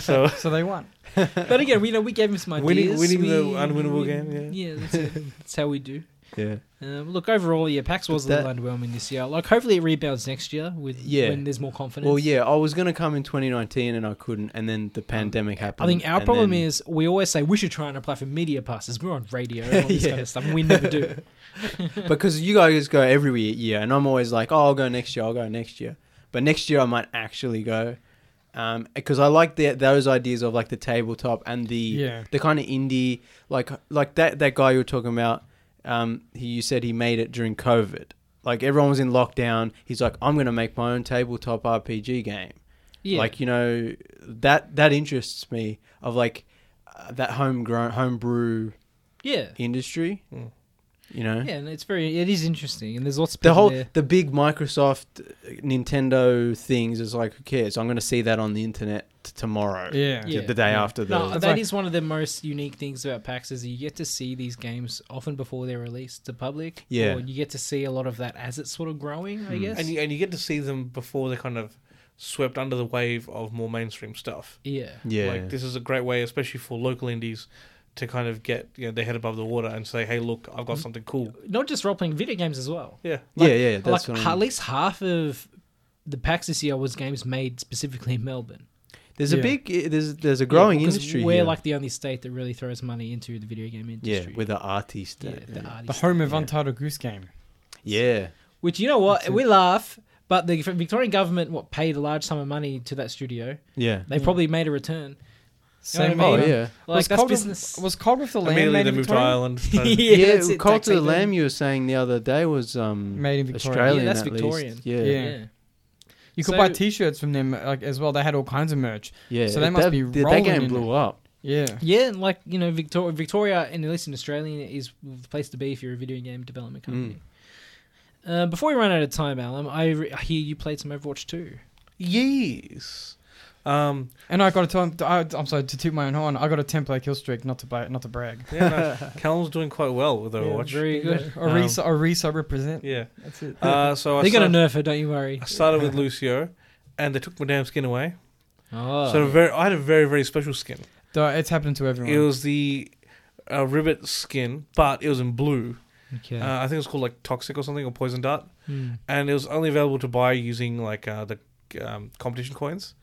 Speaker 4: So
Speaker 3: So they won.
Speaker 1: But again, we know we gave him some ideas.
Speaker 4: Winning- winning
Speaker 1: we,
Speaker 4: the unwinnable game,
Speaker 1: Yeah, that's, it. that's how we do.
Speaker 2: yeah.
Speaker 1: Um, look, overall, yeah, PAX was
Speaker 2: But
Speaker 1: a little underwhelming this year. Like, hopefully, it rebounds next year with
Speaker 2: Yeah.
Speaker 1: when there's more confidence.
Speaker 2: Well, yeah, I was gonna come in 2019 and I couldn't, and then the pandemic happened.
Speaker 1: Um, I think our
Speaker 2: and
Speaker 1: problem
Speaker 2: then-
Speaker 1: is we always say we should try and apply for media passes. We're on radio and all this
Speaker 2: Yeah.
Speaker 1: kind of stuff, and we never do.
Speaker 2: because you guys go every year, and I'm always like, oh, I'll go next year, I'll go next year. But next year I might actually go, because I like the, those ideas of like the tabletop and the
Speaker 3: Yeah.
Speaker 2: the kind of indie like like that that guy you were talking about. Um, he you said he made it during COVID. Like everyone was in lockdown. He's like, I'm gonna make my own tabletop RPG game.
Speaker 1: Yeah.
Speaker 2: Like you know that that interests me of like uh, that homegrown homebrew
Speaker 1: yeah.
Speaker 2: industry.
Speaker 4: Mm.
Speaker 2: You know,
Speaker 1: Hmm. Yeah, and it's very, it is interesting, and there's lots of people
Speaker 2: the whole
Speaker 1: there.
Speaker 2: the big Microsoft uh, Nintendo things is like who cares? I'm going to see that on the internet t- tomorrow.
Speaker 3: Yeah.
Speaker 1: Yeah.
Speaker 2: The day after the
Speaker 1: No, that is
Speaker 3: That's like-
Speaker 1: one of the most unique things about PAX is you get to see these games often before they're released to public.
Speaker 2: Yeah. Hmm.
Speaker 1: Or you get to see a lot of that as it's sort of growing, I guess.
Speaker 4: and you, and you get to see them before they're kind of swept under the wave of more mainstream stuff.
Speaker 1: yeah.
Speaker 2: yeah.
Speaker 4: Like this is a great way, especially for local indies, to kind of get you know their head above the water and say, "Hey, look, I've got something cool."
Speaker 1: Not just role playing, video games as well.
Speaker 4: Yeah,
Speaker 2: yeah, yeah, that's
Speaker 1: like
Speaker 2: what I
Speaker 1: ha- at
Speaker 2: mean.
Speaker 1: least half of the PAX this year was games made specifically in Melbourne.
Speaker 2: There's a
Speaker 3: Yeah.
Speaker 2: big i- there's there's a growing
Speaker 1: Because
Speaker 2: industry
Speaker 1: We're
Speaker 2: here.
Speaker 1: like the only state that really throws money into the video game
Speaker 2: yeah,
Speaker 1: industry.
Speaker 2: with the artist.
Speaker 1: yeah,
Speaker 2: Yeah.
Speaker 1: the
Speaker 3: The
Speaker 1: artists.
Speaker 3: home of
Speaker 2: Yeah.
Speaker 3: Untitled Goose Game.
Speaker 2: yeah.
Speaker 1: Which you know what we laugh, But the Victorian government what paid a large sum of money to that studio.
Speaker 2: Yeah.
Speaker 1: They probably made a return.
Speaker 3: Same
Speaker 1: what I
Speaker 2: Oh
Speaker 1: mean?
Speaker 3: here.
Speaker 2: yeah.
Speaker 1: Like
Speaker 3: was
Speaker 1: that's
Speaker 3: Cult
Speaker 1: business.
Speaker 3: Of, was Cult of the Lamb
Speaker 4: Immediately
Speaker 3: made
Speaker 4: they
Speaker 3: in
Speaker 4: moved to
Speaker 3: Victoria?
Speaker 4: Ireland. so-
Speaker 2: Yeah,
Speaker 1: that's it,
Speaker 2: Cult of the
Speaker 1: exactly.
Speaker 2: Lamb you were saying the other day was um
Speaker 3: Made in Victoria.
Speaker 2: Australian
Speaker 1: Yeah, that's
Speaker 2: at
Speaker 1: Victorian.
Speaker 2: least. Yeah.
Speaker 3: Yeah.
Speaker 2: Yeah.
Speaker 3: You could
Speaker 1: So-
Speaker 3: buy T-shirts from them like as well. They had all kinds of merch. So they must
Speaker 2: that,
Speaker 3: be
Speaker 2: that- that
Speaker 3: rolling
Speaker 2: game
Speaker 3: in
Speaker 2: blew up.
Speaker 3: Yeah.
Speaker 1: Yeah, and like you know, Victoria, Victoria, and at least in Australia, is the place to be if you're a video game development
Speaker 2: Hmm.
Speaker 1: company. Uh, before we run out of time, Alan, I, re- I hear you played some Overwatch too.
Speaker 4: Yes. Um,
Speaker 3: And I got a time. I, I'm sorry to toot my own horn. I got a 10 play kill streak. Not to buy, not to brag.
Speaker 4: yeah, no, Callum's doing quite well with Overwatch. Yeah.
Speaker 1: Very good.
Speaker 3: Or
Speaker 4: Um,
Speaker 3: Risa, or Risa represent. That's it.
Speaker 4: Uh, so I
Speaker 1: They're gonna
Speaker 4: started,
Speaker 1: nerf her, don't you worry.
Speaker 4: I started with Lucio, and they took my damn skin away.
Speaker 1: Oh,
Speaker 4: So very, I had a very very special skin.
Speaker 3: Though it's happening to everyone.
Speaker 4: It was the uh, ribbit skin, but it was in blue.
Speaker 1: Oh, okay.
Speaker 4: Uh, I think it was called like toxic or something or poison dart.
Speaker 1: Hmm.
Speaker 4: and it was only available to buy using like uh, the um, competition coins,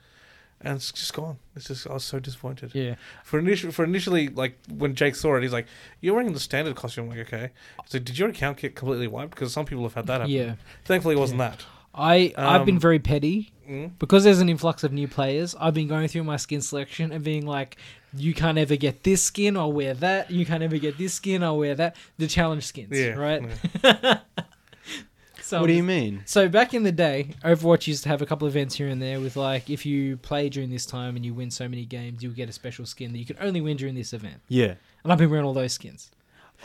Speaker 4: and it's just gone. It's just I was so disappointed.
Speaker 3: yeah.
Speaker 4: For initially, for initially, like when Jake saw it, he's like, "You're wearing the standard costume." I'm like, okay. So did your account get completely wiped? Because some people have had that happen.
Speaker 1: Yeah,
Speaker 4: Thankfully, it wasn't that.
Speaker 1: I I've been
Speaker 4: Um,
Speaker 1: very petty
Speaker 4: Mm.
Speaker 1: because there's an influx of new players. I've been going through my skin selection and being like, you can't ever get this skin. I'll wear that. You can't ever get this skin. I'll wear that. The challenge skins,
Speaker 4: Yeah.
Speaker 1: right?
Speaker 4: yeah.
Speaker 1: So
Speaker 2: what do
Speaker 1: I'm-
Speaker 2: you mean?
Speaker 1: So back in the day, Overwatch used to have a couple of events here and there with like if you play during this time and you win so many games, you'll get a special skin that you can only win during this event.
Speaker 2: Yeah.
Speaker 1: And I've been wearing all those skins.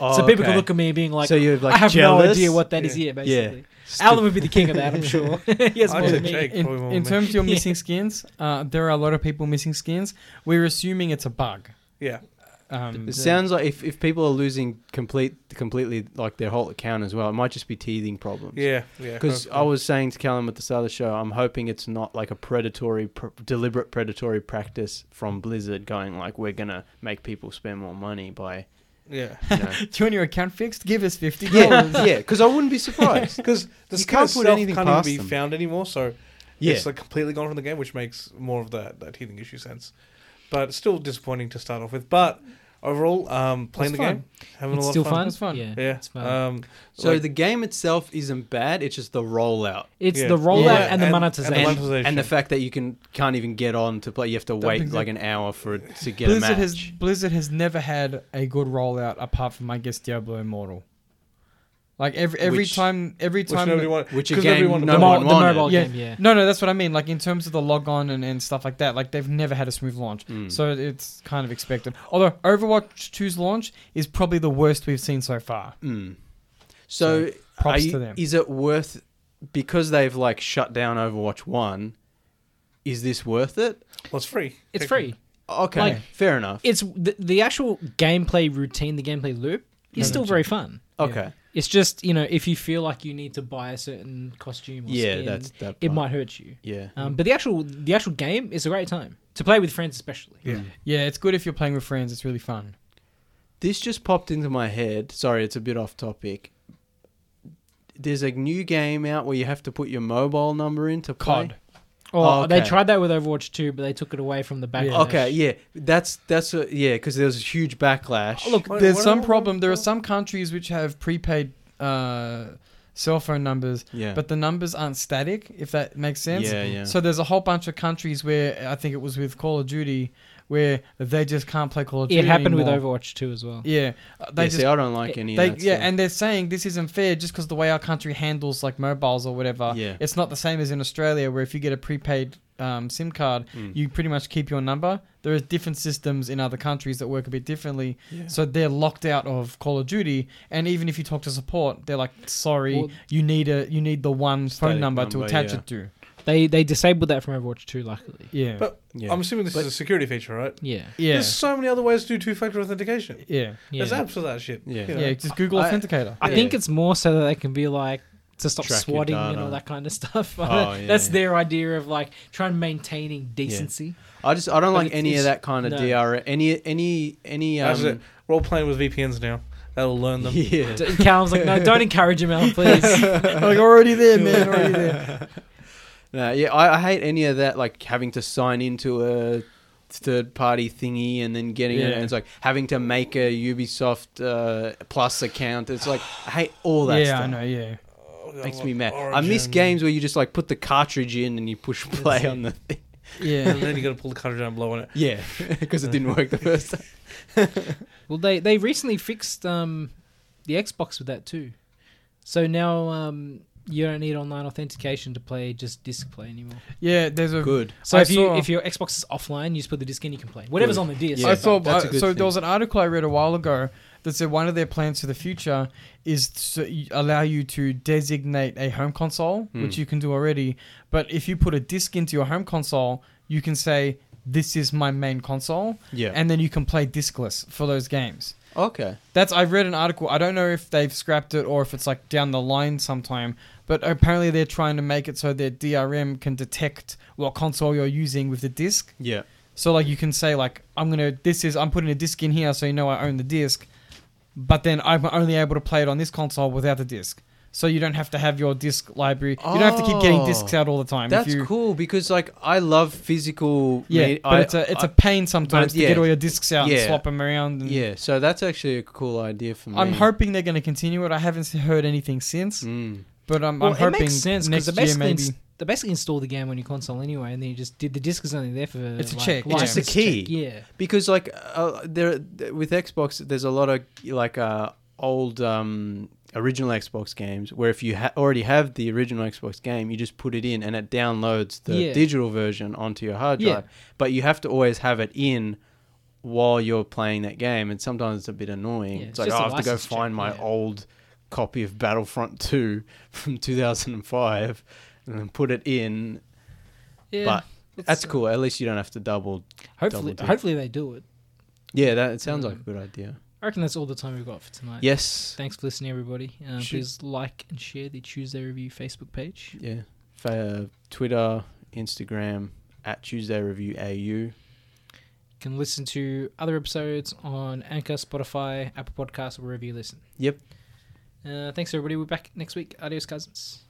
Speaker 2: Oh,
Speaker 1: so people
Speaker 2: okay.
Speaker 1: can look at me being like,
Speaker 2: so you're like
Speaker 1: I have no
Speaker 2: jealous?
Speaker 1: idea what that is
Speaker 4: Yeah.
Speaker 1: here,
Speaker 2: Yeah.
Speaker 1: basically. Alan would be the king of that, I'm sure. he has
Speaker 4: I'd
Speaker 1: more
Speaker 4: say
Speaker 1: than me.
Speaker 4: Jake.
Speaker 3: In,
Speaker 4: Probably more
Speaker 3: in
Speaker 4: than
Speaker 3: terms of your missing skins, uh, there are a lot of people missing skins. We're assuming it's a bug.
Speaker 4: Yeah.
Speaker 3: Um,
Speaker 2: It sounds like if, if people are losing complete completely like their whole account as well, it might just be teething problems.
Speaker 4: Yeah, yeah.
Speaker 2: Because I was saying to Callum at the start of the show, I'm hoping it's not like a predatory, pr- deliberate predatory practice from Blizzard going like, we're gonna make people spend more money by,
Speaker 4: yeah,
Speaker 2: you know.
Speaker 3: do you want your account fixed? Give us fifty dollars.
Speaker 2: yeah, yeah. Because I wouldn't be surprised.
Speaker 4: because the
Speaker 2: You
Speaker 4: skin
Speaker 2: can't put
Speaker 4: itself
Speaker 2: anything
Speaker 4: can't even
Speaker 2: past
Speaker 4: be
Speaker 2: them.
Speaker 4: found anymore. So
Speaker 2: Yeah.
Speaker 4: it's like completely gone from the game, which makes more of that that healing issue sense. But still disappointing to start off with. But overall, um, playing
Speaker 3: It's
Speaker 4: the
Speaker 3: fun.
Speaker 4: game, having
Speaker 1: It's
Speaker 4: a lot
Speaker 1: still
Speaker 4: of fun.
Speaker 1: fun.
Speaker 3: It's fun.
Speaker 1: Yeah.
Speaker 4: Yeah.
Speaker 1: It's fun.
Speaker 4: Um,
Speaker 2: so
Speaker 4: like-
Speaker 2: the game itself isn't bad. It's just the rollout
Speaker 1: it's
Speaker 4: yeah.
Speaker 1: the rollout
Speaker 3: Yeah,
Speaker 1: and the
Speaker 4: and-
Speaker 1: monetization.
Speaker 4: and the
Speaker 2: and,
Speaker 4: monetization.
Speaker 2: and the fact that you can can't even get on to play. You have to wait
Speaker 3: think
Speaker 2: like an hour for it to get a
Speaker 3: Blizzard
Speaker 2: match.
Speaker 3: has Blizzard has never had a good rollout apart from I guess Diablo Immortal. Like every every
Speaker 2: Which-
Speaker 3: time every
Speaker 4: which
Speaker 3: time
Speaker 4: nobody wanted,
Speaker 2: which
Speaker 4: 'cause
Speaker 2: again,
Speaker 4: nobody wanted
Speaker 2: no
Speaker 4: to
Speaker 1: the,
Speaker 4: play.
Speaker 1: mo-
Speaker 2: one
Speaker 1: the
Speaker 2: wanted.
Speaker 1: mobile
Speaker 3: Yeah.
Speaker 1: game, yeah.
Speaker 3: No, no, that's what I mean. Like in terms of the log on and, and stuff like that, like they've never had a smooth launch.
Speaker 4: Hmm.
Speaker 2: Mm.
Speaker 3: So it's kind of expected. Although Overwatch 2's launch is probably the worst we've seen so far.
Speaker 2: Mm. So, are
Speaker 3: props
Speaker 2: you-
Speaker 3: to them.
Speaker 2: Is it worth because they've like shut down Overwatch One? Is this worth it?
Speaker 4: Well, it's free.
Speaker 1: It's
Speaker 4: Technically.
Speaker 1: free.
Speaker 2: Okay,
Speaker 1: Like-
Speaker 2: fair enough.
Speaker 1: It's the, the actual gameplay routine, the gameplay loop is still very fun.
Speaker 2: Okay,
Speaker 1: It's just you know if you feel like you need to buy a certain costume, or
Speaker 2: yeah,
Speaker 1: skin,
Speaker 2: that's that.
Speaker 1: it
Speaker 2: part.
Speaker 1: might hurt you.
Speaker 2: Yeah,
Speaker 1: Um, but the actual the actual game is a great time to play with friends, especially.
Speaker 4: Yeah.
Speaker 3: Yeah, it's good if you're playing with friends. It's really fun.
Speaker 2: this just popped into my head. Sorry, it's a bit off topic. There's a new game out where you have to put your mobile number in to play.
Speaker 3: COD.
Speaker 1: Or
Speaker 2: Oh,
Speaker 1: they
Speaker 2: okay.
Speaker 1: tried that with Overwatch 2, but they took it away from the back.
Speaker 3: Yeah.
Speaker 2: Okay, yeah, that's that's a, yeah, because there was a huge backlash.
Speaker 4: Look, What-
Speaker 3: There's
Speaker 4: what
Speaker 3: some
Speaker 4: are-
Speaker 3: problem. There are some countries which have prepaid uh, cell phone numbers,
Speaker 2: yeah,
Speaker 3: but the numbers aren't static. If that makes sense.
Speaker 2: yeah, yeah.
Speaker 3: So there's a whole bunch of countries where I think it was with Call of Duty where they just can't play Call of Duty.
Speaker 1: It happened with
Speaker 3: anymore.
Speaker 1: Overwatch 2 as well.
Speaker 3: Yeah, uh,
Speaker 2: they
Speaker 3: they just
Speaker 2: see, I don't like any.
Speaker 3: they,
Speaker 2: of that
Speaker 3: yeah,
Speaker 2: stuff.
Speaker 3: and they're saying this isn't fair just because the way our country handles like mobiles or whatever.
Speaker 2: Yeah.
Speaker 3: It's not the same as in Australia where if you get a prepaid um, SIM card,
Speaker 2: Mm.
Speaker 3: you pretty much keep your number. There are different systems in other countries that work a bit differently.
Speaker 2: Yeah.
Speaker 3: So they're locked out of Call of Duty, and even if you talk to support, they're like, "Sorry,
Speaker 1: Well-
Speaker 3: you need a you need the one phone
Speaker 2: Static
Speaker 3: number, to
Speaker 2: number,
Speaker 3: attach
Speaker 2: yeah.
Speaker 3: it to."
Speaker 1: They they disabled that from Overwatch 2, luckily.
Speaker 3: Yeah,
Speaker 4: But-
Speaker 2: yeah.
Speaker 4: I'm assuming this
Speaker 2: But-
Speaker 4: is a security feature, right?
Speaker 1: Yeah.
Speaker 3: yeah,
Speaker 4: There's so many other ways to do two-factor authentication.
Speaker 3: yeah,
Speaker 1: Yeah.
Speaker 4: There's apps for that shit.
Speaker 2: Yeah.
Speaker 4: you know.
Speaker 3: yeah. Just Google
Speaker 2: I-
Speaker 3: Authenticator.
Speaker 1: I
Speaker 2: Yeah.
Speaker 1: think it's more so that they can be like, to stop
Speaker 2: Track your
Speaker 1: swatting and
Speaker 2: data.
Speaker 1: all that kind of stuff.
Speaker 2: Oh, yeah,
Speaker 1: That's
Speaker 2: yeah.
Speaker 1: their idea of like trying maintaining decency.
Speaker 2: I just I don't
Speaker 1: But
Speaker 2: like
Speaker 1: it's-
Speaker 2: any
Speaker 1: it's-
Speaker 2: of that kind of
Speaker 1: no.
Speaker 2: DRM. Any any any
Speaker 4: That's
Speaker 2: um,
Speaker 4: it. We're all playing with VPNs now. That'll learn them.
Speaker 2: yeah.
Speaker 1: D- Callum's like, no, don't encourage him, Alan, please.
Speaker 3: like already there, man. Already there.
Speaker 2: No, yeah, I, I hate any of that. Like having to sign into a third party thingy and then getting it.
Speaker 3: Yeah.
Speaker 2: And it's like having to make a Ubisoft uh, Plus account. It's like I hate all that
Speaker 3: yeah,
Speaker 2: stuff.
Speaker 3: I know. Yeah.
Speaker 4: Oh,
Speaker 2: Makes me mad. I miss games where you just like put the cartridge in and you push play on the thing.
Speaker 4: and
Speaker 3: Yeah.
Speaker 4: then you got to pull the cartridge out and blow on it.
Speaker 2: Yeah, because it didn't work the first time.
Speaker 1: Well, they they recently fixed um, the Xbox with that too, so now um, you don't need online authentication to play just disc play anymore.
Speaker 3: yeah, there's a
Speaker 2: Good.
Speaker 1: So
Speaker 3: I
Speaker 1: if you
Speaker 3: saw-
Speaker 1: if your Xbox is offline, you just put the disc in, you can play whatever's
Speaker 2: Good.
Speaker 1: on the disc.
Speaker 2: Yeah,
Speaker 3: I thought
Speaker 2: that's a
Speaker 3: uh,
Speaker 2: good
Speaker 3: so.
Speaker 2: thing.
Speaker 3: There was an article I read a while ago that said one of their plans for the future is to y- allow you to designate a home console, which
Speaker 2: Hmm.
Speaker 3: you can do already. But if you put a disc into your home console, you can say this is my main console,
Speaker 2: Yeah.
Speaker 3: and then you can play discless for those games.
Speaker 2: okay.
Speaker 3: That's I've read an article. I don't know if they've scrapped it or if it's like down the line sometime. But apparently they're trying to make it so their DRM can detect what console you're using with the disc.
Speaker 2: Yeah.
Speaker 3: So like you can say like I'm gonna this is I'm putting a disc in here so you know I own the disc, but then I'm only able to play it on this console without the disc. So you don't have to have your disc library. You don't have to keep getting
Speaker 2: Oh.
Speaker 3: discs out all the time.
Speaker 2: That's
Speaker 3: if you,
Speaker 2: cool because like I love physical.
Speaker 3: Yeah,
Speaker 2: me-
Speaker 3: but
Speaker 2: I-
Speaker 3: it's a it's a
Speaker 2: I-
Speaker 3: pain sometimes
Speaker 2: yeah.
Speaker 3: to get all your discs out
Speaker 2: Yeah.
Speaker 3: and swap them around. And
Speaker 2: yeah. So that's actually a cool idea for me.
Speaker 3: I'm hoping they're going to continue it. I haven't s- heard anything since,
Speaker 2: Mm.
Speaker 3: but I'm,
Speaker 1: Well,
Speaker 3: I'm hoping
Speaker 1: it makes sense because
Speaker 3: next
Speaker 1: they
Speaker 3: year
Speaker 1: basically
Speaker 3: maybe.
Speaker 1: ins- they basically install the game on your console anyway, and then you just did the disc is only there for
Speaker 3: It's a
Speaker 1: like,
Speaker 3: check, yeah.
Speaker 1: license
Speaker 2: It's a key.
Speaker 1: check, Yeah,
Speaker 2: because like uh, there with Xbox, there's a lot of like uh, old um, original Xbox games where if you ha- already have the original Xbox game, you just put it in and it downloads the
Speaker 1: Yeah.
Speaker 2: digital version onto your hard
Speaker 1: Yeah.
Speaker 2: drive. But you have to always have it in while you're playing that game, and sometimes it's a bit annoying.
Speaker 1: Yeah, it's
Speaker 2: it's like
Speaker 1: just
Speaker 2: oh, I
Speaker 1: a
Speaker 2: have to go
Speaker 1: license check,
Speaker 2: find my
Speaker 1: yeah.
Speaker 2: old copy of Battlefront Two from 2005 and then put it in.
Speaker 1: yeah.
Speaker 2: But
Speaker 1: it's,
Speaker 2: that's
Speaker 1: uh,
Speaker 2: cool. At least you don't have to double.
Speaker 1: Hopefully,
Speaker 2: double dip.
Speaker 1: hopefully they do it.
Speaker 2: Yeah, that it sounds
Speaker 1: Mm.
Speaker 2: like a good idea.
Speaker 1: I reckon that's all the time we've got for tonight.
Speaker 2: Yes.
Speaker 1: Thanks for listening, everybody. Uh,
Speaker 2: Shoot.
Speaker 1: please like and share the Tuesday Review Facebook page.
Speaker 2: Yeah. F- uh, Twitter, Instagram, at Tuesday Review
Speaker 1: You
Speaker 2: AU.
Speaker 1: can listen to other episodes on Anchor, Spotify, Apple Podcasts, or wherever you listen.
Speaker 2: Yep.
Speaker 1: Uh, thanks, everybody. We're back next week. Adios, cousins.